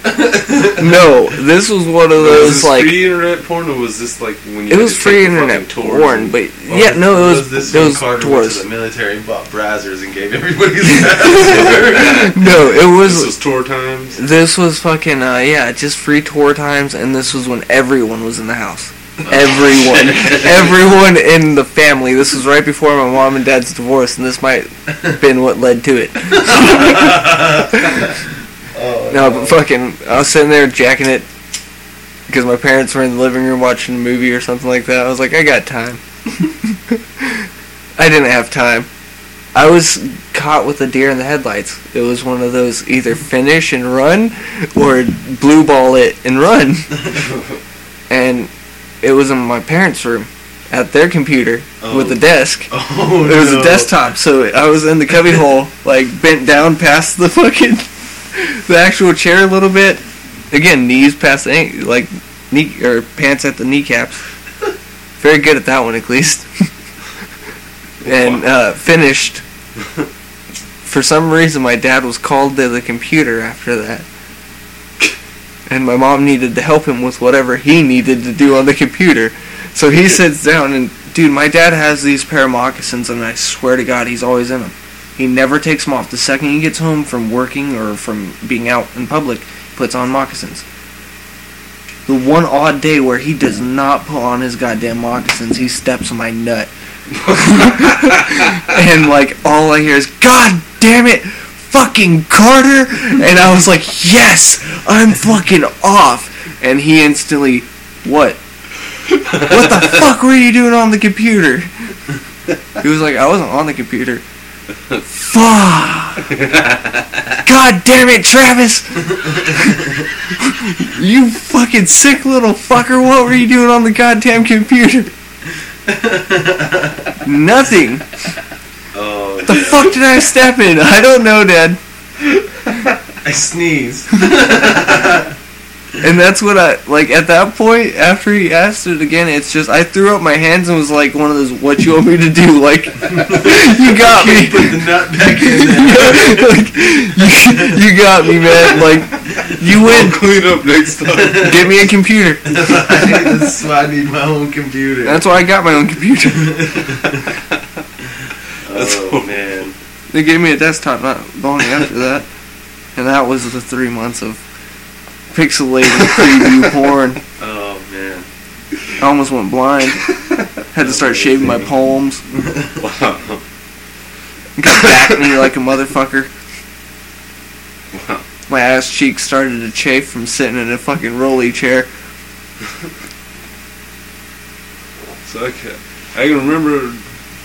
[SPEAKER 1] No, this was one of
[SPEAKER 2] was
[SPEAKER 1] those
[SPEAKER 2] this
[SPEAKER 1] like
[SPEAKER 2] free internet porn, or was this like when you
[SPEAKER 1] it
[SPEAKER 2] had
[SPEAKER 1] was
[SPEAKER 2] to
[SPEAKER 1] free
[SPEAKER 2] take the
[SPEAKER 1] internet
[SPEAKER 2] fucking tours
[SPEAKER 1] porn,
[SPEAKER 2] and-
[SPEAKER 1] but yeah, no, it was,
[SPEAKER 3] this
[SPEAKER 1] it
[SPEAKER 3] when
[SPEAKER 1] was
[SPEAKER 3] Carter went
[SPEAKER 1] tours.
[SPEAKER 3] to the military and bought brazzers and gave everybody brazzers.
[SPEAKER 1] No, it
[SPEAKER 2] this
[SPEAKER 1] was
[SPEAKER 2] was tour times.
[SPEAKER 1] This was fucking uh, yeah, just free tour times, and this was when everyone was in the house. Everyone, everyone in the family. This was right before my mom and dad's divorce, and this might have been what led to it.
[SPEAKER 3] oh,
[SPEAKER 1] No, but fucking, I was sitting there jacking it because my parents were in the living room watching a movie or something like that. I was like, I got time. I didn't have time. I was caught with a deer in the headlights. It was one of those either finish and run or blue ball it and run. and it was in my parents' room at their computer with a desk.
[SPEAKER 3] Oh,
[SPEAKER 1] It was
[SPEAKER 3] no.
[SPEAKER 1] a desktop, so I was in the cubbyhole, like bent down past the fucking the actual chair a little bit. Again, knees past the an- like knee or pants at the kneecaps. Very good at that one, at least. and uh, finished. For some reason, my dad was called to the computer after that. And my mom needed to help him with whatever he needed to do on the computer. So he sits down and, dude, my dad has these pair of moccasins, and I swear to God, he's always in them. He never takes them off. The second he gets home from working or from being out in public, he puts on moccasins. The one odd day where he does not put on his goddamn moccasins, he steps on my nut. and like all I hear is, God damn it, fucking Carter! And I was like, yes, I'm fucking off. And he instantly, what? what the fuck were you doing on the computer? He was like, I wasn't on the computer. Fuck! God damn it, Travis! you fucking sick little fucker! What were you doing on the goddamn computer? Nothing.
[SPEAKER 3] Oh,
[SPEAKER 1] The fuck did I step in? I don't know, Dad.
[SPEAKER 3] I sneezed.
[SPEAKER 1] And that's what I like at that point. After he asked it again, it's just I threw up my hands and was like one of those "What you want me to do?" Like you got me.
[SPEAKER 3] Put the nut back in there.
[SPEAKER 1] Yeah, like, you, you got me, man. Like you win.
[SPEAKER 2] Clean up next time.
[SPEAKER 1] Get me a computer.
[SPEAKER 3] That's why I need my own computer.
[SPEAKER 1] That's why I got my own computer.
[SPEAKER 3] oh man.
[SPEAKER 1] They gave me a desktop not long after that, and that was the three months of pixelated preview porn.
[SPEAKER 3] Oh man.
[SPEAKER 1] I almost went blind. Had to start shaving my palms.
[SPEAKER 2] Wow.
[SPEAKER 1] Got back me like a motherfucker.
[SPEAKER 2] Wow.
[SPEAKER 1] My ass cheeks started to chafe from sitting in a fucking rolly chair.
[SPEAKER 2] So I can, I can remember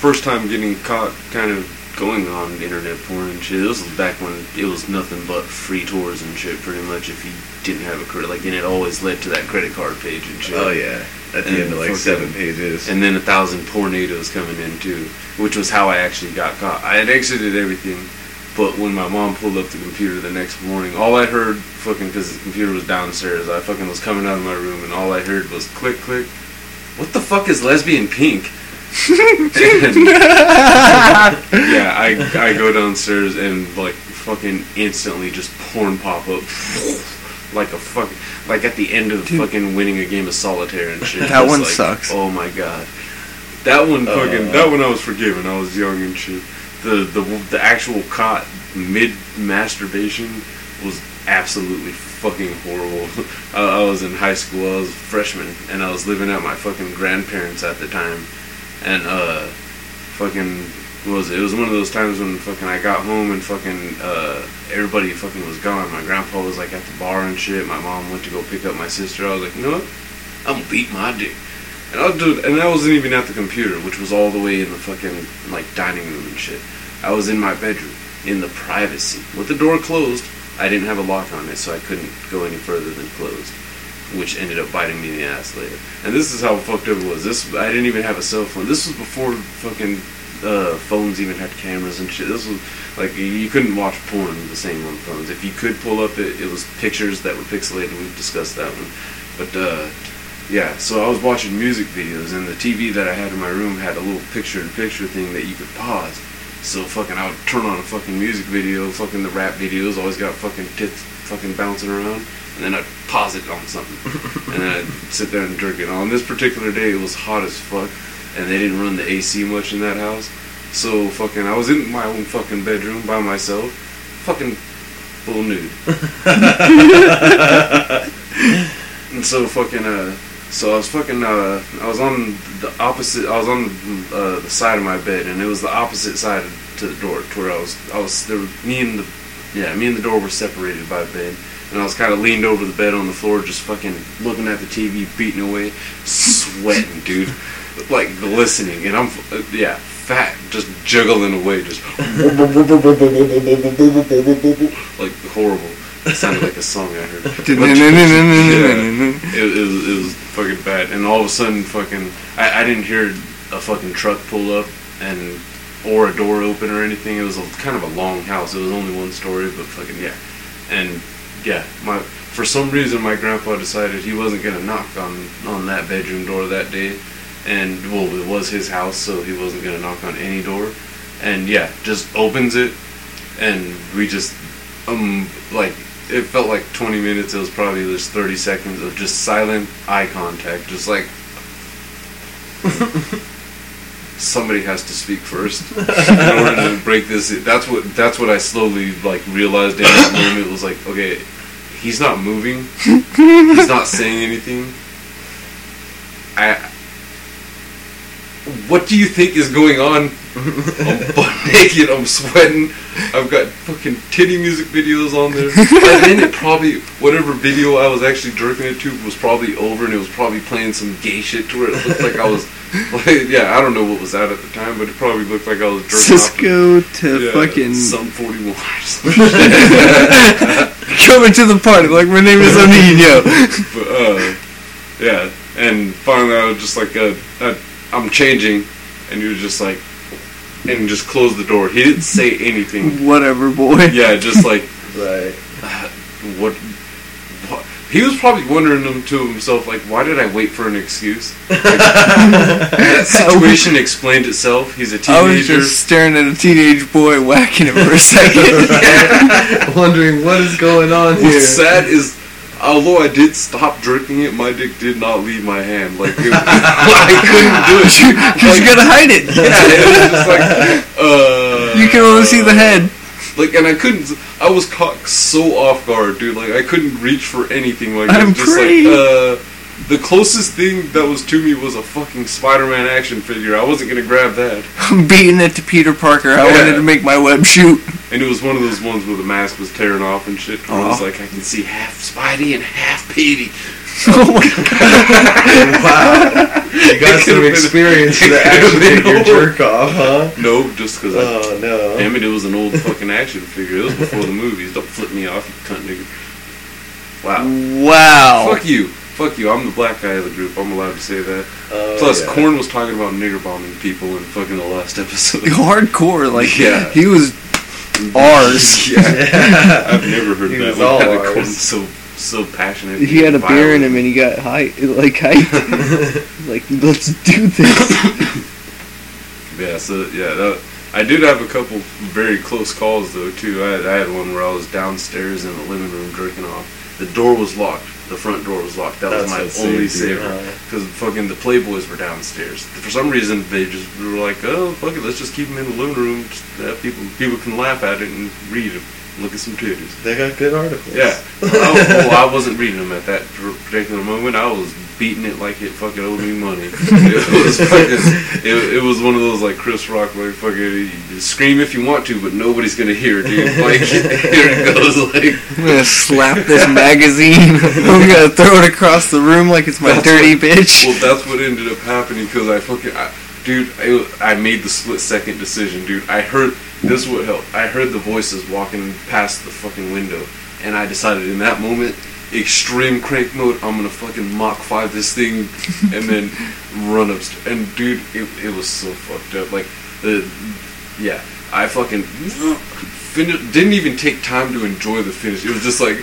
[SPEAKER 2] first time getting caught kind of going on internet porn and shit. This was back when it was nothing but free tours and shit pretty much if you didn't have a credit. Like, and it always led to that credit card page and shit.
[SPEAKER 3] Oh yeah. At the
[SPEAKER 2] And
[SPEAKER 3] end of like
[SPEAKER 2] fucking-
[SPEAKER 3] seven pages.
[SPEAKER 2] And then a thousand tornadoes coming in too, which was how I actually got caught. I had exited everything, but when my mom pulled up the computer the next morning, all I heard fucking because the computer was downstairs, I fucking was coming out of my room and all I heard was click click. What the fuck is lesbian pink? And- yeah, I I go downstairs and like fucking instantly just porn pop up. Like a fuck, like at the end of
[SPEAKER 1] Dude.
[SPEAKER 2] fucking winning a game of solitaire and shit.
[SPEAKER 1] That
[SPEAKER 2] It's
[SPEAKER 1] one
[SPEAKER 2] like,
[SPEAKER 1] sucks.
[SPEAKER 2] Oh my god, that one fucking
[SPEAKER 3] Uh.
[SPEAKER 2] that one I was forgiven. I was young and shit. The the the actual caught mid masturbation was absolutely fucking horrible. I, I was in high school. I was a freshman and I was living at my fucking grandparents at the time, and uh, fucking what was it? It was one of those times when fucking I got home and fucking uh, everybody fucking was gone. My grandpa was like at the bar and shit. My mom went to go pick up my sister. I was like, you know what? I'm gonna beat my dick. And I do, and I wasn't even at the computer, which was all the way in the fucking like dining room and shit. I was in my bedroom, in the privacy, with the door closed. I didn't have a lock on it, so I couldn't go any further than closed, which ended up biting me in the ass later. And this is how fucked up it was. This I didn't even have a cell phone. This was before fucking uh, phones even had cameras and shit. This was like you- you couldn't watch porn the same on phones. If you could pull up it, it was pictures that were pixelated. We've discussed that one, but. uh yeah, so I was watching music videos, and the TV that I had in my room had a little picture-in-picture thing that you could pause. So fucking, I would turn on a fucking music video, fucking the rap videos always got fucking tits fucking bouncing around, and then I'd pause it on something, and then I'd sit there and jerk it. On this particular day, it was hot as fuck, and they didn't run the AC much in that house, so fucking, I was in my own fucking bedroom by myself, fucking full nude. And so fucking uh, so I was fucking uh, I was on the opposite. I was on uh, the side of my bed, and it was the opposite side to the door to where I was. I was there. were- Me and the yeah, me and the door were separated by a bed, and I was kind of leaned over the bed on the floor, just fucking looking at the TV, beating away, sweating, dude, like glistening, and I'm uh, yeah, fat, just juggling away, just like horrible. It sounded like a song I heard. Yeah. It, it, was, it was fucking bad. And all of a sudden, fucking, I, I didn't hear a fucking truck pull up and or a door open or anything. It was a, kind of a long house. It was only one story, but fucking yeah. And yeah, my for some reason my grandpa decided he wasn't gonna knock on on that bedroom door that day, and well, it was his house, so he wasn't gonna knock on any door. And yeah, just opens it, and we just um like it felt like 20 minutes it was probably just 30 seconds of just silent eye contact just like somebody has to speak first in order to break this that's what that's what i slowly like realized in that moment was like okay he's not moving he's not saying anything i what do you think is going on? I'm butt naked. I'm sweating. I've got fucking titty music videos on there. And then it probably, whatever video I was actually jerking it to was probably over and it was probably playing some gay shit to where it looked like I was, like, yeah, I don't know what was out at the time, but it probably looked like I was jerking
[SPEAKER 1] Just
[SPEAKER 2] off.
[SPEAKER 1] go to
[SPEAKER 2] yeah,
[SPEAKER 1] fucking
[SPEAKER 2] Some 41 or some shit.
[SPEAKER 1] coming to the party like my name is Onino.
[SPEAKER 2] But, uh, yeah, and finally I was just like, uh, uh, I'm changing, and he was just like, and just closed the door. He didn't say anything.
[SPEAKER 1] Whatever, boy.
[SPEAKER 2] yeah, just like
[SPEAKER 5] Like,
[SPEAKER 2] what, what? He was probably wondering him to himself, like, why did I wait for an excuse? That situation explained itself. He's a
[SPEAKER 1] I was
[SPEAKER 2] teenager.
[SPEAKER 1] just staring at a teenage boy whacking him for a second.
[SPEAKER 3] Wondering what is going on here.
[SPEAKER 2] What's sad is, although I did stop drinking it, my dick did not leave my hand. Like, it, I couldn't do
[SPEAKER 1] Because you
[SPEAKER 2] it. Like,
[SPEAKER 1] gotta hide it.
[SPEAKER 2] Yeah, it was just like, uh,
[SPEAKER 1] You can only see the head.
[SPEAKER 2] Like, and I couldn't. I was caught so off guard, dude. Like, I couldn't reach for anything. Like, it
[SPEAKER 1] I'm
[SPEAKER 2] was just
[SPEAKER 1] free.
[SPEAKER 2] like, uh, the closest thing that was to me was a fucking Spider-Man action figure. I wasn't gonna grab that,
[SPEAKER 1] I'm beating it to Peter Parker. I wanted to make my web shoot.
[SPEAKER 2] and it was one of those ones where the mask was tearing off and shit. And I was
[SPEAKER 1] Aw.
[SPEAKER 2] like, I can see half Spidey and half Petey.
[SPEAKER 1] Oh my
[SPEAKER 3] You got
[SPEAKER 2] It
[SPEAKER 3] some
[SPEAKER 2] could've been-
[SPEAKER 3] experience to
[SPEAKER 2] it
[SPEAKER 3] the action
[SPEAKER 2] could've been
[SPEAKER 3] figure
[SPEAKER 2] over.
[SPEAKER 3] jerk off, huh?
[SPEAKER 2] No, just because. I
[SPEAKER 1] Uh-huh.
[SPEAKER 3] Oh no.
[SPEAKER 2] Damn it, it was an old fucking action figure. It was before the movies. Don't flip me off, you cunt nigga. Wow.
[SPEAKER 1] Wow.
[SPEAKER 2] Fuck you. Fuck you. I'm the black guy of the group. I'm allowed to say that.
[SPEAKER 3] Oh,
[SPEAKER 2] Plus,
[SPEAKER 3] yeah.
[SPEAKER 2] Korn was talking about nigger bombing people in fucking the last episode.
[SPEAKER 1] Hardcore, like
[SPEAKER 2] Yeah.
[SPEAKER 1] he was ours.
[SPEAKER 2] yeah.
[SPEAKER 3] Yeah.
[SPEAKER 2] I've never heard
[SPEAKER 3] He
[SPEAKER 2] that.
[SPEAKER 3] was
[SPEAKER 2] We've
[SPEAKER 3] all
[SPEAKER 2] had a
[SPEAKER 3] ours.
[SPEAKER 2] Korn so so passionate.
[SPEAKER 1] He had a beer in
[SPEAKER 2] Violent.
[SPEAKER 1] him and he got high, like hyped. like let's do this.
[SPEAKER 2] Yeah, so yeah, that, I did have a couple very close calls though too. I, I had one where I was downstairs in the living room jerking off. The door was locked. The front door was locked. That
[SPEAKER 3] That's what
[SPEAKER 2] was my only
[SPEAKER 3] saved you,
[SPEAKER 2] saver.
[SPEAKER 3] huh?
[SPEAKER 2] Because fucking the Playboys were downstairs. For some reason, they just were like, oh fuck it, let's just keep them in the living room. Just have people people can laugh at it and read them, look at some titties.
[SPEAKER 3] They got good articles.
[SPEAKER 2] Yeah. I, well, I wasn't reading them at that particular moment. I was beating it like it fucking owed me money. It was fucking, it, it was one of those like Chris Rock, like fucking you scream if you want to, but nobody's gonna hear, dude. Like here it goes, like
[SPEAKER 1] I'm gonna slap this magazine. I'm gonna throw it across the room like it's my
[SPEAKER 2] That's
[SPEAKER 1] dirty
[SPEAKER 2] what-
[SPEAKER 1] bitch.
[SPEAKER 2] well, that's what ended up happening because I fucking, I, dude, I, I made the split second decision, dude. I heard this would help. I heard the voices walking past the fucking window, and I decided in that moment, extreme crank mode. I'm gonna fucking Mach five this thing, and then run upstairs. And dude, it, it was so fucked up. Like the, yeah, I fucking. Fin- didn't even take time to enjoy the finish. It was just like,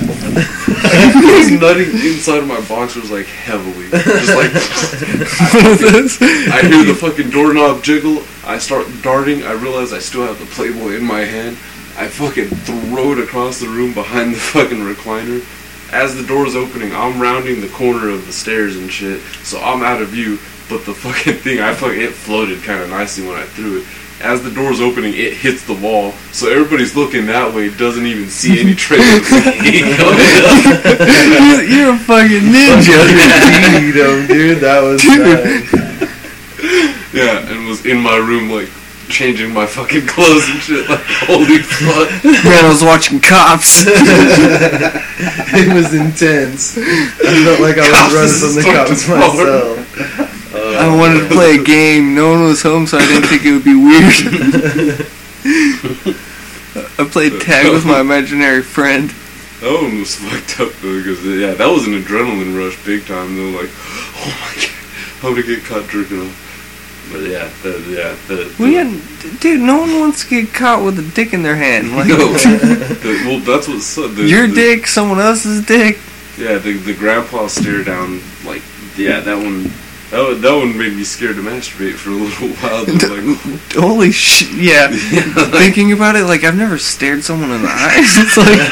[SPEAKER 2] I was nutting inside of my boxers like heavily. Just like
[SPEAKER 1] What is this?
[SPEAKER 2] I hear the fucking doorknob jiggle. I start darting. I realize I still have the Playboy in my hand. I fucking throw it across the room behind the fucking recliner. As the door's opening, I'm rounding the corner of the stairs and shit, so I'm out of view. But the fucking thing, I fucking it floated kind of nicely when I threw it. As the door's opening, it hits the wall, so everybody's looking that way. Doesn't even see any trace of me coming up.
[SPEAKER 1] you're, you're a fucking ninja.
[SPEAKER 3] Beat 'em, dude. That was
[SPEAKER 1] Dude.
[SPEAKER 3] nice.
[SPEAKER 2] Yeah, and was in my room like changing my fucking clothes and shit. Like, holy fuck!
[SPEAKER 1] Man, I was watching Cops.
[SPEAKER 3] it was intense. I felt like I
[SPEAKER 2] Cops
[SPEAKER 3] was
[SPEAKER 2] is
[SPEAKER 3] running from the
[SPEAKER 2] so
[SPEAKER 3] cops
[SPEAKER 2] different.
[SPEAKER 3] myself. Oh,
[SPEAKER 1] I wanted to play a game. No one was home, so I didn't think it would be weird. I played tag with my imaginary friend.
[SPEAKER 2] That one was fucked up though, because yeah, that was an adrenaline rush big time. Though, like, oh my god, I'm gonna get caught jerking off. But yeah, the, yeah, the,
[SPEAKER 1] We
[SPEAKER 2] the-
[SPEAKER 1] had, dude. No one wants to get caught with a dick in their hand. Like
[SPEAKER 2] no, the, well, that's what su- the,
[SPEAKER 1] your
[SPEAKER 2] the-
[SPEAKER 1] dick, someone else's dick.
[SPEAKER 2] Yeah, the, the grandpa stare down. Like, yeah, that one. That one, that one made me scared to masturbate for a little while. Just like,
[SPEAKER 1] Holy shit! Yeah. Thinking about it, like I've never stared someone in the eyes. It's like, like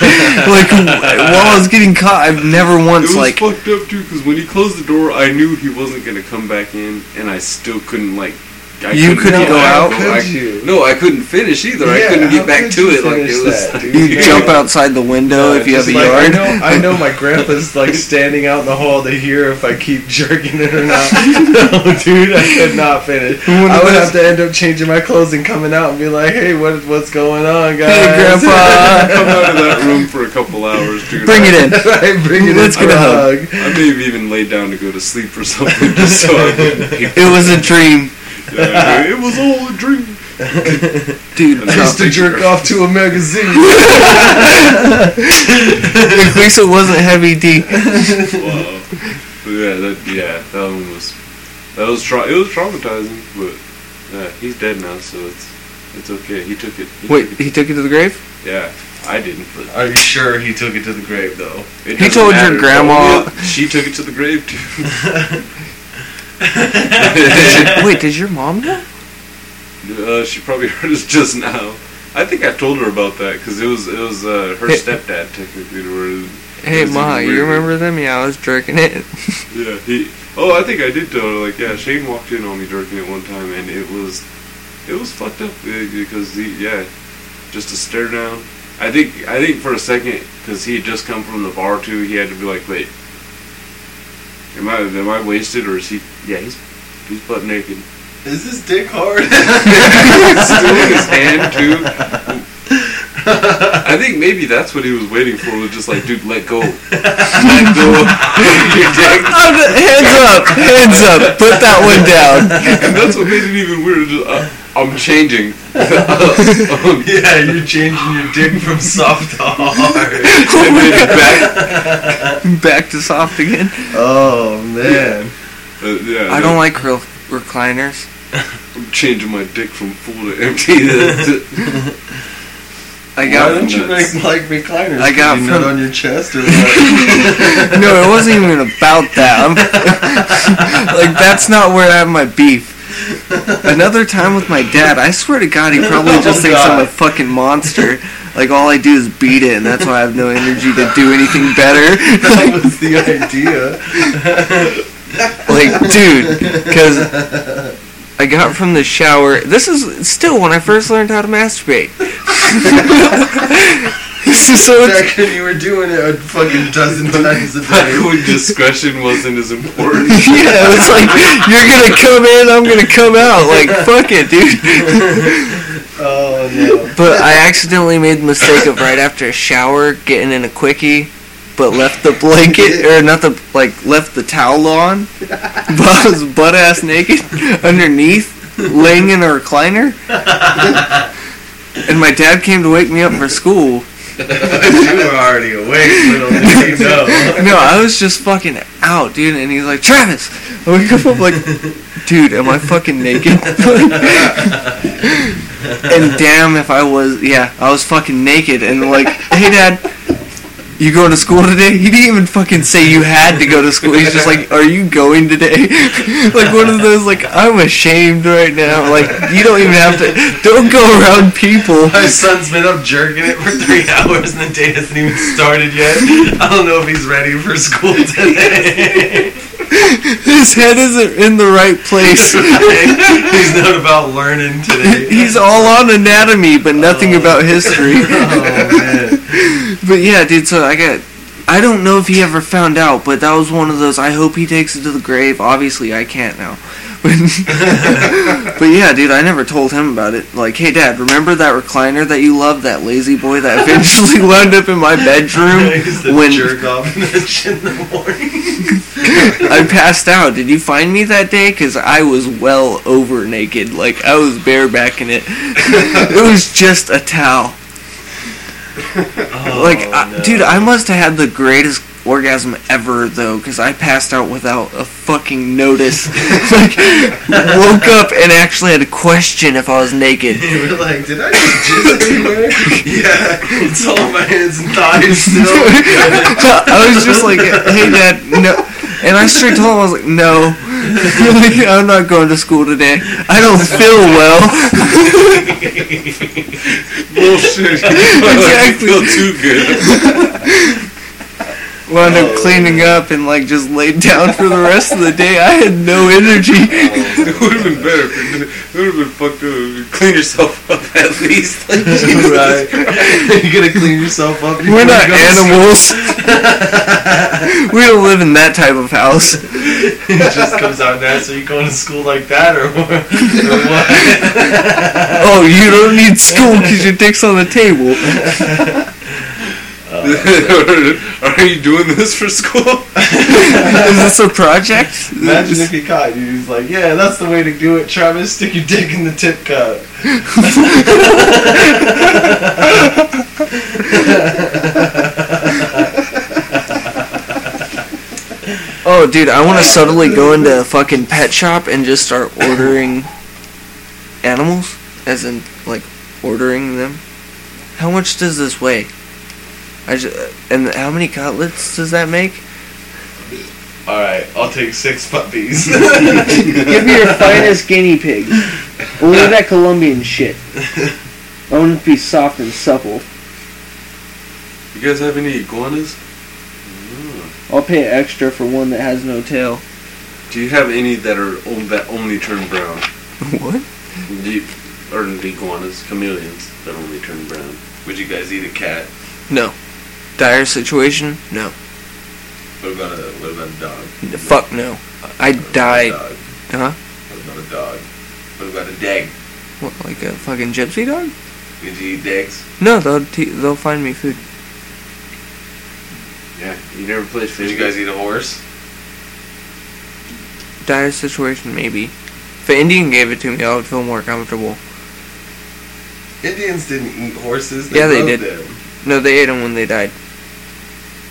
[SPEAKER 1] while I was getting caught, I've never
[SPEAKER 2] It
[SPEAKER 1] once
[SPEAKER 2] was
[SPEAKER 1] like
[SPEAKER 2] fucked up too, because when he closed the door, I knew he wasn't gonna come back in, and I still couldn't like
[SPEAKER 5] I
[SPEAKER 1] You couldn't
[SPEAKER 5] get
[SPEAKER 1] go
[SPEAKER 5] back.
[SPEAKER 1] out?
[SPEAKER 5] I-
[SPEAKER 1] Could
[SPEAKER 6] you?
[SPEAKER 5] No, I couldn't finish either. I
[SPEAKER 6] Yeah,
[SPEAKER 5] couldn't
[SPEAKER 6] how
[SPEAKER 5] get back
[SPEAKER 6] could
[SPEAKER 5] to
[SPEAKER 6] you
[SPEAKER 5] it like
[SPEAKER 6] finish
[SPEAKER 5] it was.
[SPEAKER 6] that, dude?
[SPEAKER 1] You jump outside the window if you have
[SPEAKER 6] Just
[SPEAKER 1] a
[SPEAKER 6] like,
[SPEAKER 1] yard.
[SPEAKER 6] I know, I know my grandpa's like standing out in the hall to hear if I keep jerking it or not. no, dude, I could not finish.
[SPEAKER 1] One of
[SPEAKER 6] I would
[SPEAKER 1] those-
[SPEAKER 6] have to end up changing my clothes and coming out and be like, "Hey, what what's going on, guys?"
[SPEAKER 1] Hey, Grandpa.
[SPEAKER 2] Come out of that room for a couple hours, dude.
[SPEAKER 1] Bring it in.
[SPEAKER 6] right, bring it
[SPEAKER 1] Let's
[SPEAKER 6] in
[SPEAKER 1] get a hug.
[SPEAKER 6] hug.
[SPEAKER 5] I may have even laid down to go to sleep or something just so I could be
[SPEAKER 1] It was a dream.
[SPEAKER 5] Yeah, it was all a dream.
[SPEAKER 1] Dude,
[SPEAKER 5] That's just-
[SPEAKER 1] no.
[SPEAKER 6] Just to jerk off to a magazine.
[SPEAKER 1] at least it wasn't heavy D.
[SPEAKER 5] Wow.
[SPEAKER 2] But yeah, that yeah, that one was that was tra- it was traumatizing, but uh, he's dead now, so it's it's okay. He took it. He
[SPEAKER 1] Wait,
[SPEAKER 2] took it.
[SPEAKER 1] he took you to the grave?
[SPEAKER 2] yeah, I didn't. But
[SPEAKER 3] Are you sure he took it to the grave though?
[SPEAKER 2] it
[SPEAKER 1] He
[SPEAKER 2] doesn't
[SPEAKER 1] told your
[SPEAKER 2] matter.
[SPEAKER 1] grandma-
[SPEAKER 2] Yeah, she took it to the grave too.
[SPEAKER 1] Did you- Wait, did your mom know?
[SPEAKER 2] Uh, she probably heard us just now. I think I told her about that because it was it was uh, her
[SPEAKER 1] Hey.
[SPEAKER 2] stepdad technically to where
[SPEAKER 1] Hey,
[SPEAKER 2] It's
[SPEAKER 1] Ma, you
[SPEAKER 2] weird.
[SPEAKER 1] remember them? Yeah, I was jerking it.
[SPEAKER 2] Yeah, he. Oh, I think I did tell her. Like, yeah, Shane walked in on me jerking it one time, and it was, it was fucked up eh, because he, yeah, just a stare down. I think, I think for a second, because he had just come from the bar too, he had to be like, wait, am I, am I wasted or is he? Yeah, he's, he's butt naked.
[SPEAKER 3] Is this dick hard?
[SPEAKER 2] Still in his hand too. I think maybe that's what he was waiting for. Was just like, dude, let go, let go, your dick.
[SPEAKER 1] Oh, no, hands up, hands up. Put that one down.
[SPEAKER 2] and that's what made it even weirder. Just, uh, I'm changing. um,
[SPEAKER 3] yeah, you're changing your dick from soft to hard.
[SPEAKER 2] and then back,
[SPEAKER 1] Back to soft again.
[SPEAKER 6] Oh man,
[SPEAKER 2] uh, yeah,
[SPEAKER 1] I don't like real recliners.
[SPEAKER 2] I'm changing my dick from full to empty. That's it.
[SPEAKER 1] I
[SPEAKER 6] why
[SPEAKER 1] got
[SPEAKER 6] don't you make
[SPEAKER 2] nuts.
[SPEAKER 6] like recliners?
[SPEAKER 1] I got
[SPEAKER 6] Could you
[SPEAKER 1] from-
[SPEAKER 6] nut on your chest or what?
[SPEAKER 1] no, it wasn't even about that. I'm, like that's not where I have my beef. Another time with my dad, I swear to God, he probably just
[SPEAKER 3] Oh,
[SPEAKER 1] thinks I'm a
[SPEAKER 3] God.
[SPEAKER 1] fucking monster. Like all I do is beat it, and that's why I have no energy to do anything better.
[SPEAKER 6] that was the idea.
[SPEAKER 1] like, dude, because I got from the shower. This is still when I first learned how to masturbate. so it's,
[SPEAKER 6] Zach, you were doing it a fucking dozen times a day.
[SPEAKER 2] Fucking discretion wasn't as important.
[SPEAKER 1] yeah, it's like you're gonna come in, I'm gonna come out. Like, fuck it, dude.
[SPEAKER 6] Oh no.
[SPEAKER 1] But I accidentally made the mistake of right after a shower getting in a quickie, but left the blanket or not the like left the towel on, but I was butt ass naked underneath, laying in a recliner. And my dad came to wake me up for school.
[SPEAKER 3] you were already awake, little did you know.
[SPEAKER 1] No, I was just fucking out, dude. And he's like, Travis, I wake up. I'm like, dude, am I fucking naked? and damn, if I was, yeah, I was fucking naked. And like, hey, dad, you going to school today? He didn't even fucking say you had to go to school. He's just like, are you going today? like one of those, like, I'm ashamed right now. Like, you don't even have to. Don't go around people.
[SPEAKER 3] My son's been up jerking it for three hours and the day hasn't even started yet. I don't know if he's ready for school today.
[SPEAKER 1] His head isn't in the right place.
[SPEAKER 3] he's not about learning today.
[SPEAKER 1] He's all on anatomy, but nothing about history.
[SPEAKER 3] Oh man.
[SPEAKER 1] but yeah, dude. So I got. I don't know if he ever found out, but that was one of those. I hope he takes it to the grave. Obviously, I can't now. But, but yeah, dude, I never told him about it. Like, hey, dad, remember that recliner that you loved, that lazy boy that eventually wound up in my bedroom
[SPEAKER 3] He's the
[SPEAKER 1] when
[SPEAKER 3] jerk off bitch in the morning.
[SPEAKER 1] I passed out? Did you find me that day? Because I was well over naked. Like, I was barebacking it. it was just a towel.
[SPEAKER 3] Oh,
[SPEAKER 1] Like, I,
[SPEAKER 3] no.
[SPEAKER 1] dude, I must have had the greatest orgasm ever, though, because I passed out without a fucking notice. like, woke up and actually had to question if I was naked.
[SPEAKER 6] You were like, did I just jizz anywhere?
[SPEAKER 3] Yeah, it's all in my hands and thighs still.
[SPEAKER 1] I was just like, hey, Dad, no. And I straight told him, I was like, no. Like, I'm not going to school today. I don't feel well.
[SPEAKER 2] Bullshit. I
[SPEAKER 1] Exactly.
[SPEAKER 2] feel too good.
[SPEAKER 1] wound up cleaning up and like just laid down for the rest of the day. I had no energy.
[SPEAKER 2] it would have been better. If it would have been fucked up. if you Clean yourself up at least. Like,
[SPEAKER 3] right. you gonna clean yourself up.
[SPEAKER 1] We're
[SPEAKER 3] before
[SPEAKER 1] not
[SPEAKER 3] you go to
[SPEAKER 1] animals. we don't live in that type of house.
[SPEAKER 3] it just comes out now. So you going to school like that, or what? Or what?
[SPEAKER 1] Oh, you don't need school because your dick's on the table.
[SPEAKER 2] are you doing this for school?
[SPEAKER 1] Is this a project?
[SPEAKER 3] Imagine if he caught you. He's like, "Yeah, that's the way to do it, Travis. Stick your dick in the tip cup."
[SPEAKER 1] Oh, dude, I want to subtly go into a fucking pet shop and just start ordering animals, as in like ordering them. How much does this weigh? I just, and how many cutlets does that make?
[SPEAKER 3] All right, I'll take six puppies.
[SPEAKER 1] Give me your finest guinea pig. Only that Colombian shit. I want it to be soft and supple.
[SPEAKER 2] You guys have any iguanas?
[SPEAKER 1] I'll pay extra for one that has no tail.
[SPEAKER 2] Do you have any that are on, that only turn brown?
[SPEAKER 1] What?
[SPEAKER 2] Do you, or iguanas, chameleons that only turn brown?
[SPEAKER 3] Would you guys eat a cat?
[SPEAKER 1] No. Dire situation? No.
[SPEAKER 3] What about a what about a dog?
[SPEAKER 1] Fuck no. I
[SPEAKER 3] What about a
[SPEAKER 1] died.
[SPEAKER 3] dog?
[SPEAKER 1] Huh?
[SPEAKER 3] What about a dog? What about a dag?
[SPEAKER 1] What, like a fucking gypsy dog?
[SPEAKER 3] Would you eat dags?
[SPEAKER 1] No, they'll t- they'll find me food.
[SPEAKER 2] Yeah. You never played
[SPEAKER 3] Would
[SPEAKER 2] fish.
[SPEAKER 3] you guys eat a horse?
[SPEAKER 1] Dire situation, maybe. If an Indian gave it to me, I would feel more comfortable.
[SPEAKER 3] Indians didn't eat horses.
[SPEAKER 1] Yeah, they
[SPEAKER 3] loved
[SPEAKER 1] did.
[SPEAKER 3] Them.
[SPEAKER 1] No, they ate them when they died.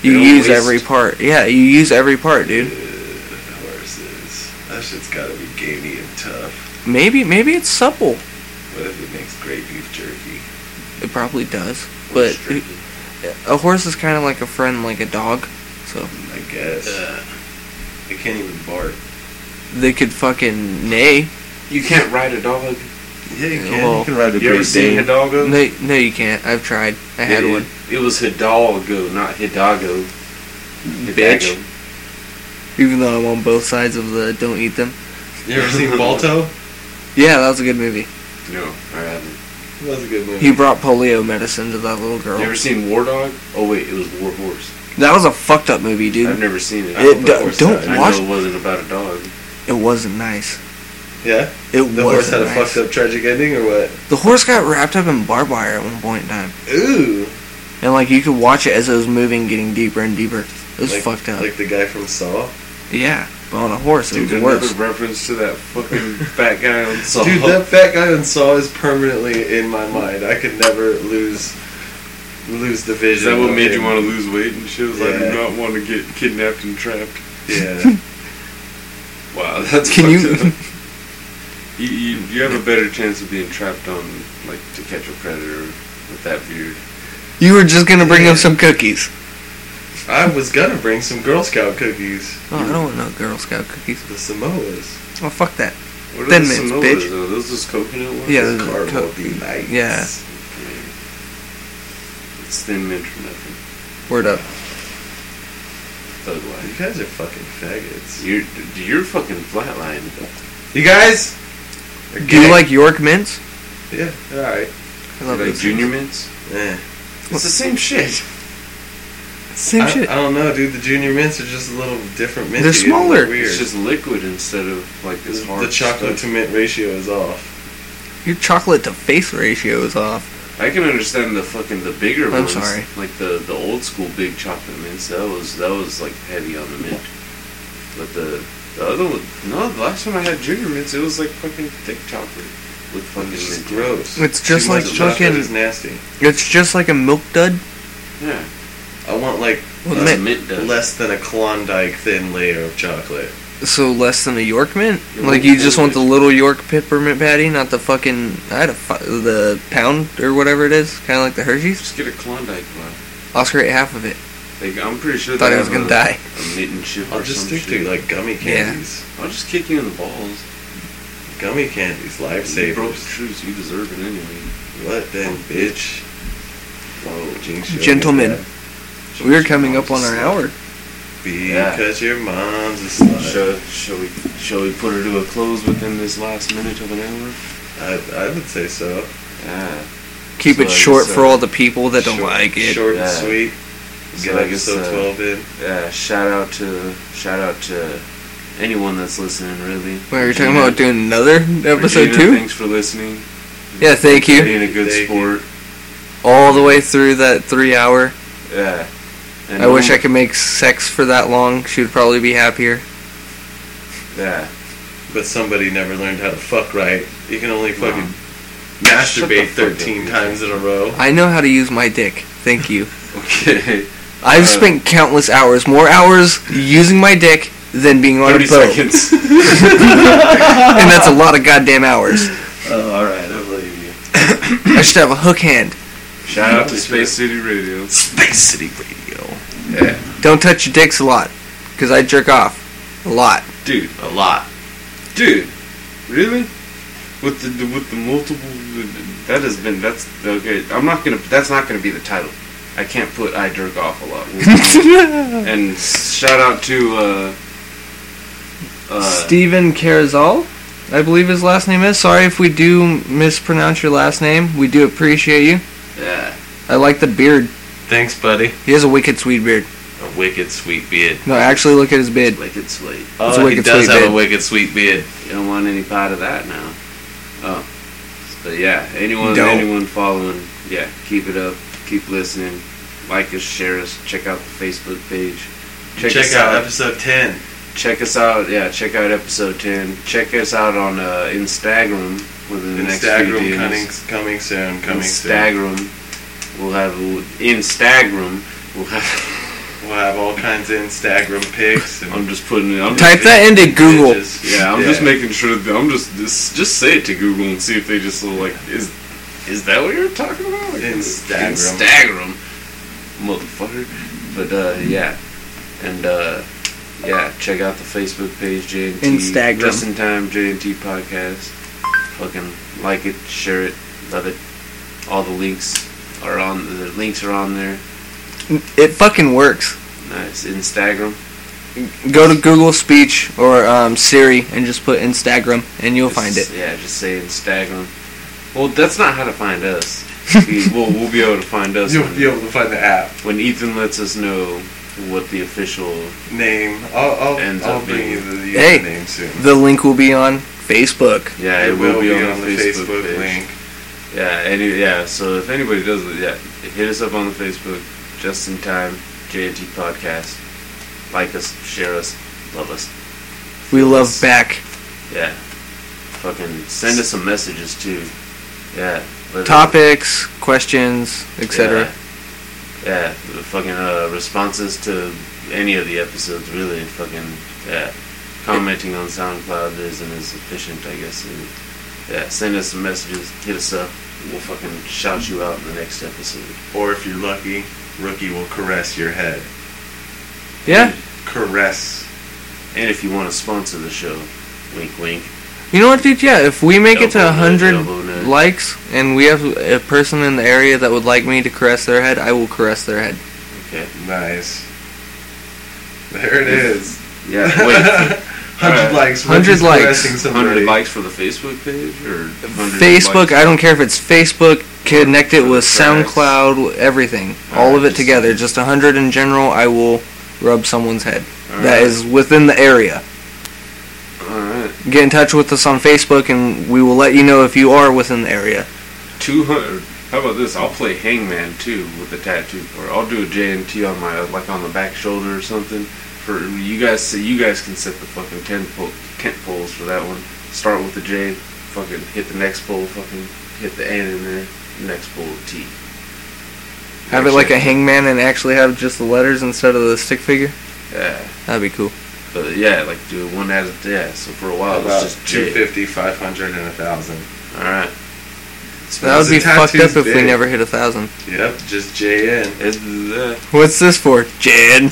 [SPEAKER 3] They
[SPEAKER 1] You
[SPEAKER 3] don't
[SPEAKER 1] use
[SPEAKER 3] waste.
[SPEAKER 1] every part. Yeah, you use every part, dude.
[SPEAKER 3] Horses. That shit's gotta be gamey and tough.
[SPEAKER 1] Maybe maybe it's supple.
[SPEAKER 3] What if it makes great beef jerky?
[SPEAKER 1] It probably does. But
[SPEAKER 2] jerky.
[SPEAKER 1] a horse is kind of like a friend, like a dog. So
[SPEAKER 3] I guess. Uh, They can't even bark.
[SPEAKER 1] they could fucking neigh.
[SPEAKER 2] You can't ride a dog.
[SPEAKER 3] Yeah, you
[SPEAKER 1] can. Well, You
[SPEAKER 3] can ride
[SPEAKER 2] You ever seen Hidalgo?
[SPEAKER 1] No, no, you can't. I've tried. I had
[SPEAKER 2] it,
[SPEAKER 1] one.
[SPEAKER 2] It was Hidalgo, not Hidalgo.
[SPEAKER 1] Bitch. Even though I'm on both sides of the don't eat them.
[SPEAKER 3] You ever seen Balto?
[SPEAKER 1] Yeah, that was a good movie.
[SPEAKER 2] No, I haven't.
[SPEAKER 3] That was a good movie.
[SPEAKER 1] He brought polio medicine to that little girl.
[SPEAKER 2] You ever seen War Dog? Oh wait, it was War Horse.
[SPEAKER 1] That was a fucked up movie,
[SPEAKER 2] I've
[SPEAKER 1] dude.
[SPEAKER 2] never seen it.
[SPEAKER 3] I hope
[SPEAKER 1] It,
[SPEAKER 3] the
[SPEAKER 1] d-
[SPEAKER 3] horse
[SPEAKER 1] don't
[SPEAKER 3] died.
[SPEAKER 2] I
[SPEAKER 1] watch.
[SPEAKER 2] know it wasn't about a dog.
[SPEAKER 1] It wasn't nice.
[SPEAKER 3] Yeah?
[SPEAKER 1] It
[SPEAKER 3] The horse
[SPEAKER 1] wasn't
[SPEAKER 3] had a
[SPEAKER 1] nice.
[SPEAKER 3] fucked up tragic ending or what?
[SPEAKER 1] The horse got wrapped up in barbed wire at one point in time,
[SPEAKER 3] Ooh.
[SPEAKER 1] and like you could watch it as it was moving, getting deeper and deeper. It was
[SPEAKER 3] like,
[SPEAKER 1] fucked up.
[SPEAKER 3] Like the guy from Saw.
[SPEAKER 1] yeah, but on a horse, it
[SPEAKER 2] Dude,
[SPEAKER 1] was
[SPEAKER 2] another
[SPEAKER 1] worse.
[SPEAKER 2] reference to that fucking fat guy on Saw.
[SPEAKER 3] Dude, that fat guy in Saw is permanently in my mind. I could never lose lose the
[SPEAKER 2] Is
[SPEAKER 3] vision.
[SPEAKER 2] that what
[SPEAKER 3] of
[SPEAKER 2] made you
[SPEAKER 3] him.
[SPEAKER 2] want to lose weight and shit? Was I
[SPEAKER 3] Yeah.
[SPEAKER 2] do not want to get kidnapped and trapped.
[SPEAKER 3] Yeah.
[SPEAKER 2] Wow, that's
[SPEAKER 1] Can you-
[SPEAKER 2] fucked up. you, you you have a better chance of being trapped on like to catch a predator with that beard.
[SPEAKER 1] You were just gonna bring up some cookies.
[SPEAKER 3] I was gonna bring some Girl Scout cookies.
[SPEAKER 1] Oh, I don't want no Girl Scout cookies.
[SPEAKER 3] The Samoas.
[SPEAKER 1] Oh, fuck that.
[SPEAKER 2] What are
[SPEAKER 1] Thin
[SPEAKER 2] those
[SPEAKER 1] mints,
[SPEAKER 2] Samoas,
[SPEAKER 1] bitch.
[SPEAKER 2] though? Those just coconut ones.
[SPEAKER 1] Yeah, those are
[SPEAKER 3] Caramel
[SPEAKER 1] cook-
[SPEAKER 3] delights.
[SPEAKER 1] yeah.
[SPEAKER 2] It's thin mint or nothing.
[SPEAKER 1] Word up.
[SPEAKER 2] Thug
[SPEAKER 3] You
[SPEAKER 2] life.
[SPEAKER 3] guys are fucking faggots.
[SPEAKER 2] You're you're fucking flatlined.
[SPEAKER 3] You guys? are
[SPEAKER 1] Do you
[SPEAKER 3] gay.
[SPEAKER 1] like York mints?
[SPEAKER 3] Yeah, alright.
[SPEAKER 1] I
[SPEAKER 2] You
[SPEAKER 1] love
[SPEAKER 2] like
[SPEAKER 1] those.
[SPEAKER 2] junior mints?
[SPEAKER 3] Eh.
[SPEAKER 2] It's the same shit.
[SPEAKER 1] Same
[SPEAKER 3] I,
[SPEAKER 1] shit.
[SPEAKER 3] I don't know, dude. The junior mints are just a little different. Minty.
[SPEAKER 1] They're
[SPEAKER 3] It's
[SPEAKER 1] smaller.
[SPEAKER 3] weird.
[SPEAKER 2] It's just liquid instead of like this hard.
[SPEAKER 3] the chocolate to
[SPEAKER 2] stuff.
[SPEAKER 3] mint ratio is off.
[SPEAKER 1] Your chocolate to face ratio is off.
[SPEAKER 2] I can understand the fucking the bigger
[SPEAKER 1] I'm
[SPEAKER 2] ones.
[SPEAKER 1] sorry.
[SPEAKER 2] Like the the old school big chocolate mints. That was that was like heavy on the mint. But the the other one, no. The last time I had junior mints, it was like fucking thick chocolate with fucking
[SPEAKER 3] It's
[SPEAKER 2] mint.
[SPEAKER 3] just gross.
[SPEAKER 1] It's just
[SPEAKER 3] Too much
[SPEAKER 1] like
[SPEAKER 3] chocolate
[SPEAKER 1] fucking-
[SPEAKER 3] is nasty.
[SPEAKER 1] It's just like a milk dud.
[SPEAKER 2] Yeah,
[SPEAKER 3] I want like
[SPEAKER 1] Well,
[SPEAKER 2] that's
[SPEAKER 1] mint.
[SPEAKER 2] mint does.
[SPEAKER 3] less than a Klondike thin layer of chocolate.
[SPEAKER 1] So less than a York mint.
[SPEAKER 2] Yeah,
[SPEAKER 1] Like
[SPEAKER 2] what-
[SPEAKER 1] you just
[SPEAKER 2] what
[SPEAKER 1] want
[SPEAKER 2] would
[SPEAKER 1] the little York peppermint patty, not the fucking I had a fu- the pound or whatever it is, kind of like the Hershey's.
[SPEAKER 2] Just get a Klondike bar.
[SPEAKER 1] Oscar ate half of it.
[SPEAKER 2] Like I'm pretty sure.
[SPEAKER 1] Thought
[SPEAKER 2] they
[SPEAKER 1] he was
[SPEAKER 2] have
[SPEAKER 1] gonna
[SPEAKER 2] a-
[SPEAKER 1] die.
[SPEAKER 2] A mint and chip.
[SPEAKER 3] I'll
[SPEAKER 2] or
[SPEAKER 3] just
[SPEAKER 2] some
[SPEAKER 3] stick
[SPEAKER 2] shit.
[SPEAKER 3] to like gummy
[SPEAKER 1] Yeah.
[SPEAKER 3] candies.
[SPEAKER 2] I'll just kick you in the balls.
[SPEAKER 3] Gummy candies,
[SPEAKER 2] You broke the
[SPEAKER 3] lifesavers.
[SPEAKER 2] truce. You deserve it anyway.
[SPEAKER 3] What then, bitch? Whoa, jinx, you don't get
[SPEAKER 1] Gentlemen,
[SPEAKER 3] that.
[SPEAKER 1] we are coming up on our hour.
[SPEAKER 2] Yeah.
[SPEAKER 3] because your mom's a slut.
[SPEAKER 2] Shall, shall we shall we put her to a close within this last minute of an hour?
[SPEAKER 3] I, I would say so.
[SPEAKER 2] Yeah.
[SPEAKER 1] Keep
[SPEAKER 2] So
[SPEAKER 1] it
[SPEAKER 2] I
[SPEAKER 1] short
[SPEAKER 2] guess,
[SPEAKER 1] for
[SPEAKER 2] uh,
[SPEAKER 1] all the people that don't
[SPEAKER 3] Short-
[SPEAKER 1] like it.
[SPEAKER 3] Short and
[SPEAKER 2] Yeah.
[SPEAKER 3] sweet. Get
[SPEAKER 2] So I guess,
[SPEAKER 3] episode
[SPEAKER 2] uh,
[SPEAKER 3] twelve in.
[SPEAKER 2] Yeah. Shout out to shout out to anyone that's listening. Really.
[SPEAKER 1] Wait, are you talking about doing another episode
[SPEAKER 2] Regina,
[SPEAKER 1] two?
[SPEAKER 2] Thanks for listening.
[SPEAKER 1] Yeah, thank you.
[SPEAKER 2] Being a good
[SPEAKER 3] Thank
[SPEAKER 2] sport.
[SPEAKER 1] All the way through that three hour.
[SPEAKER 2] Yeah. And
[SPEAKER 1] I wish
[SPEAKER 2] no-
[SPEAKER 1] I could make sex for that long. She would probably be happier.
[SPEAKER 2] Yeah.
[SPEAKER 3] But somebody never learned how to fuck right. You can only
[SPEAKER 2] No.
[SPEAKER 3] fucking
[SPEAKER 2] Shut the
[SPEAKER 3] masturbate
[SPEAKER 2] fuck up,
[SPEAKER 3] thirteen
[SPEAKER 2] dude.
[SPEAKER 3] times in a row.
[SPEAKER 1] I know how to use my dick. Thank you.
[SPEAKER 2] Okay.
[SPEAKER 1] I've
[SPEAKER 2] Uh,
[SPEAKER 1] spent countless hours, more hours using my dick than being on a
[SPEAKER 2] Thirty
[SPEAKER 1] boat.
[SPEAKER 2] seconds.
[SPEAKER 1] And that's a lot of goddamn hours.
[SPEAKER 3] Oh, all right, I believe you.
[SPEAKER 1] I should have a hook hand.
[SPEAKER 2] Shout out to Space City Radio.
[SPEAKER 1] Space City Radio. Don't touch your dicks a lot, because I jerk off. A lot.
[SPEAKER 2] Dude,
[SPEAKER 3] A lot.
[SPEAKER 2] dude, really? With the with the multiple, that has been that's okay. I'm not gonna. That's not gonna be the title. I can't put I jerk off a lot. and shout out to uh, uh
[SPEAKER 1] Steven Carrizal, I believe his last name is. Sorry if we do mispronounce your last name. We do appreciate you.
[SPEAKER 2] Yeah,
[SPEAKER 1] I like the beard.
[SPEAKER 3] Thanks, buddy.
[SPEAKER 1] He has a wicked sweet beard.
[SPEAKER 3] A wicked sweet beard.
[SPEAKER 1] No, actually, look at his beard.
[SPEAKER 2] wicked sweet.
[SPEAKER 1] It's
[SPEAKER 3] Oh,
[SPEAKER 1] a
[SPEAKER 3] he
[SPEAKER 1] wicked
[SPEAKER 3] does
[SPEAKER 1] sweet
[SPEAKER 3] have
[SPEAKER 1] beard.
[SPEAKER 3] a wicked sweet beard.
[SPEAKER 2] You don't want any part of that now. Oh, but yeah, anyone,
[SPEAKER 1] Don't.
[SPEAKER 2] anyone following, yeah, keep it up, keep listening, like us, share us, check out the Facebook page,
[SPEAKER 3] Check,
[SPEAKER 2] us
[SPEAKER 3] out episode ten.
[SPEAKER 2] check us out. Yeah, check out episode ten. Check us out on uh, Instagram within the next few
[SPEAKER 3] Instagram
[SPEAKER 2] days.
[SPEAKER 3] coming, coming soon. Coming
[SPEAKER 2] Instagram. We'll have Instagram. We'll have.
[SPEAKER 3] soon. We'll have all kinds of Instagram pics. And
[SPEAKER 2] I'm just putting it. I'm
[SPEAKER 1] Type that into Google.
[SPEAKER 3] bitches.
[SPEAKER 2] Yeah, I'm just making sure that I'm just just just say it to Google and see if they just look like is is that what you're talking about? Like,
[SPEAKER 3] Instagram.
[SPEAKER 2] Instagram, motherfucker. But uh, yeah, and uh, yeah, check out the Facebook page J and T
[SPEAKER 1] Instagram.
[SPEAKER 2] Just in Time J and T Podcast. Fucking like it, share it, love it. All the links are on. The links are on there.
[SPEAKER 1] It fucking works.
[SPEAKER 2] Nice Instagram.
[SPEAKER 1] Go to Google Speech or um, Siri and just put Instagram, and you'll find
[SPEAKER 2] Just-
[SPEAKER 1] it.
[SPEAKER 2] Yeah, just say Instagram. Well, that's not how to find us. We- we'll, we'll be able to find us
[SPEAKER 3] You'll
[SPEAKER 2] when,
[SPEAKER 3] be able to find the app
[SPEAKER 2] when Ethan lets us know what the official.
[SPEAKER 3] name. I'll I'll,
[SPEAKER 2] Ends
[SPEAKER 3] I'll
[SPEAKER 2] up
[SPEAKER 3] bring
[SPEAKER 2] being-
[SPEAKER 3] you the the
[SPEAKER 1] Hey.
[SPEAKER 3] name soon.
[SPEAKER 1] The link will be on Facebook.
[SPEAKER 2] Yeah, it, will be, on, the Facebook, page.
[SPEAKER 3] link.
[SPEAKER 2] Yeah, any, yeah. So if anybody does it, yeah, hit us up on the Facebook. Just in time, JNT podcast. Like us, share us, love us.
[SPEAKER 1] We love back.
[SPEAKER 2] Yeah, fucking send us some messages too. Yeah. let-
[SPEAKER 1] Topics, questions, etc.
[SPEAKER 2] Yeah, the fucking uh, responses to any of the episodes, really. Fucking, yeah. Commenting on SoundCloud isn't as efficient, I guess. And, yeah, send us some messages, hit us up. We'll fucking shout you out in the next episode.
[SPEAKER 3] Or if you're lucky, Rookie will caress your head.
[SPEAKER 1] Yeah.
[SPEAKER 3] Caress.
[SPEAKER 2] And if you want to sponsor the show, wink, wink.
[SPEAKER 1] You know what, dude? Yeah, if we make it to
[SPEAKER 2] Elbow nudge,
[SPEAKER 1] 100
[SPEAKER 2] elbow nudge.
[SPEAKER 1] likes and we have a person in the area that would like me to caress their head, I will caress their head.
[SPEAKER 2] Okay.
[SPEAKER 3] Nice. There it is.
[SPEAKER 2] Yeah. Wait.
[SPEAKER 3] Hundred
[SPEAKER 2] Alright.
[SPEAKER 3] likes.
[SPEAKER 1] 100
[SPEAKER 3] Rookie's
[SPEAKER 1] likes.
[SPEAKER 3] caressing somebody.
[SPEAKER 2] Hundred likes for the Facebook page or 100
[SPEAKER 1] Facebook,
[SPEAKER 2] likes?
[SPEAKER 1] I don't care if it's Facebook, connect it with
[SPEAKER 2] Correct.
[SPEAKER 1] SoundCloud, everything. All of it together. Just 100 in general, I will rub someone's head.
[SPEAKER 2] All
[SPEAKER 1] That
[SPEAKER 2] right.
[SPEAKER 1] is within the area.
[SPEAKER 2] All right.
[SPEAKER 1] Get in touch with us on Facebook and we will let you know if you are within the area.
[SPEAKER 2] Two hundred. How about this? I'll play Hangman too with the tattoo, or I'll do a JMT on my like on the back shoulder or something. For you guys, so you guys can set the fucking ten pole, tent poles for that one. Start with the J, fucking hit the next pole, fucking hit the N in there, next pole T.
[SPEAKER 1] Have it like a hangman and actually have just the letters instead of the stick figure.
[SPEAKER 2] Yeah,
[SPEAKER 1] That'd be cool.
[SPEAKER 2] but yeah, like do it one at a yeah. So for a while
[SPEAKER 3] About
[SPEAKER 2] it's just J.
[SPEAKER 3] 250, 500, and 1,000.
[SPEAKER 2] All right.
[SPEAKER 1] That would
[SPEAKER 3] the
[SPEAKER 1] be fucked
[SPEAKER 3] tattoo's
[SPEAKER 1] up if we
[SPEAKER 3] big.
[SPEAKER 1] never hit a thousand.
[SPEAKER 3] Yep, just JN.
[SPEAKER 2] It's, uh,
[SPEAKER 1] What's this for, Jed?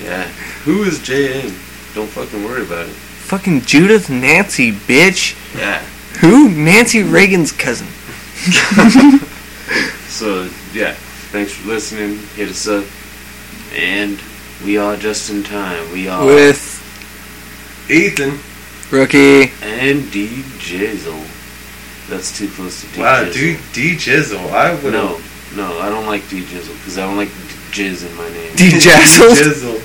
[SPEAKER 2] yeah. Who is JM? Don't fucking worry about it.
[SPEAKER 1] Fucking Judith Nancy, bitch.
[SPEAKER 2] Yeah.
[SPEAKER 1] Who? Nancy Reagan's cousin.
[SPEAKER 2] So yeah, thanks for listening. Hit us up, and We are just in time. We are
[SPEAKER 1] Uh, with
[SPEAKER 3] Ethan.
[SPEAKER 1] rookie.
[SPEAKER 2] and DJizzle. That's too close to DJizzle.
[SPEAKER 3] Wow, dude, D Jizzle. I would
[SPEAKER 2] No, no, I don't like DJizzle because I don't like jizz in my name.
[SPEAKER 1] D Jazzled.
[SPEAKER 3] Jizzle.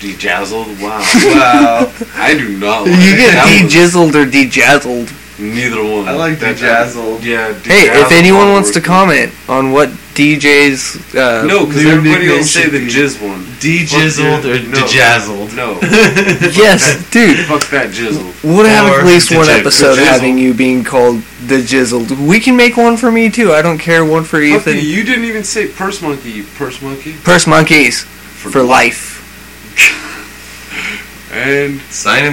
[SPEAKER 2] DJizzle. Wow,
[SPEAKER 3] Wow.
[SPEAKER 2] I do not like
[SPEAKER 1] You get
[SPEAKER 2] that
[SPEAKER 1] D
[SPEAKER 2] was-
[SPEAKER 1] jizzled or D jazzled.
[SPEAKER 2] Neither one.
[SPEAKER 3] I like D
[SPEAKER 2] That-
[SPEAKER 3] Jazzle.
[SPEAKER 2] Yeah.
[SPEAKER 1] Hey, if
[SPEAKER 2] dejazzled
[SPEAKER 1] anyone
[SPEAKER 2] probably
[SPEAKER 1] wants to
[SPEAKER 2] works.
[SPEAKER 1] comment on what DJ's uh,
[SPEAKER 2] No, because
[SPEAKER 3] New
[SPEAKER 2] everybody
[SPEAKER 3] nickname
[SPEAKER 2] will say
[SPEAKER 3] should
[SPEAKER 2] the
[SPEAKER 3] be-
[SPEAKER 2] jizz one.
[SPEAKER 3] D Jizzled or
[SPEAKER 2] No.
[SPEAKER 3] Dejazzled.
[SPEAKER 2] No,
[SPEAKER 1] yes, dude,
[SPEAKER 2] fuck that jizzle.
[SPEAKER 1] We'll have
[SPEAKER 3] Or
[SPEAKER 1] at least one
[SPEAKER 3] Jizzled.
[SPEAKER 1] episode
[SPEAKER 2] Jizzled.
[SPEAKER 1] having you being called the Jizzled. We can make one for me too. I don't care. One for
[SPEAKER 2] Fuck you,
[SPEAKER 1] Ethan.
[SPEAKER 2] you didn't even say purse monkey. You purse monkey.
[SPEAKER 1] Purse monkeys for life.
[SPEAKER 2] And
[SPEAKER 3] Signing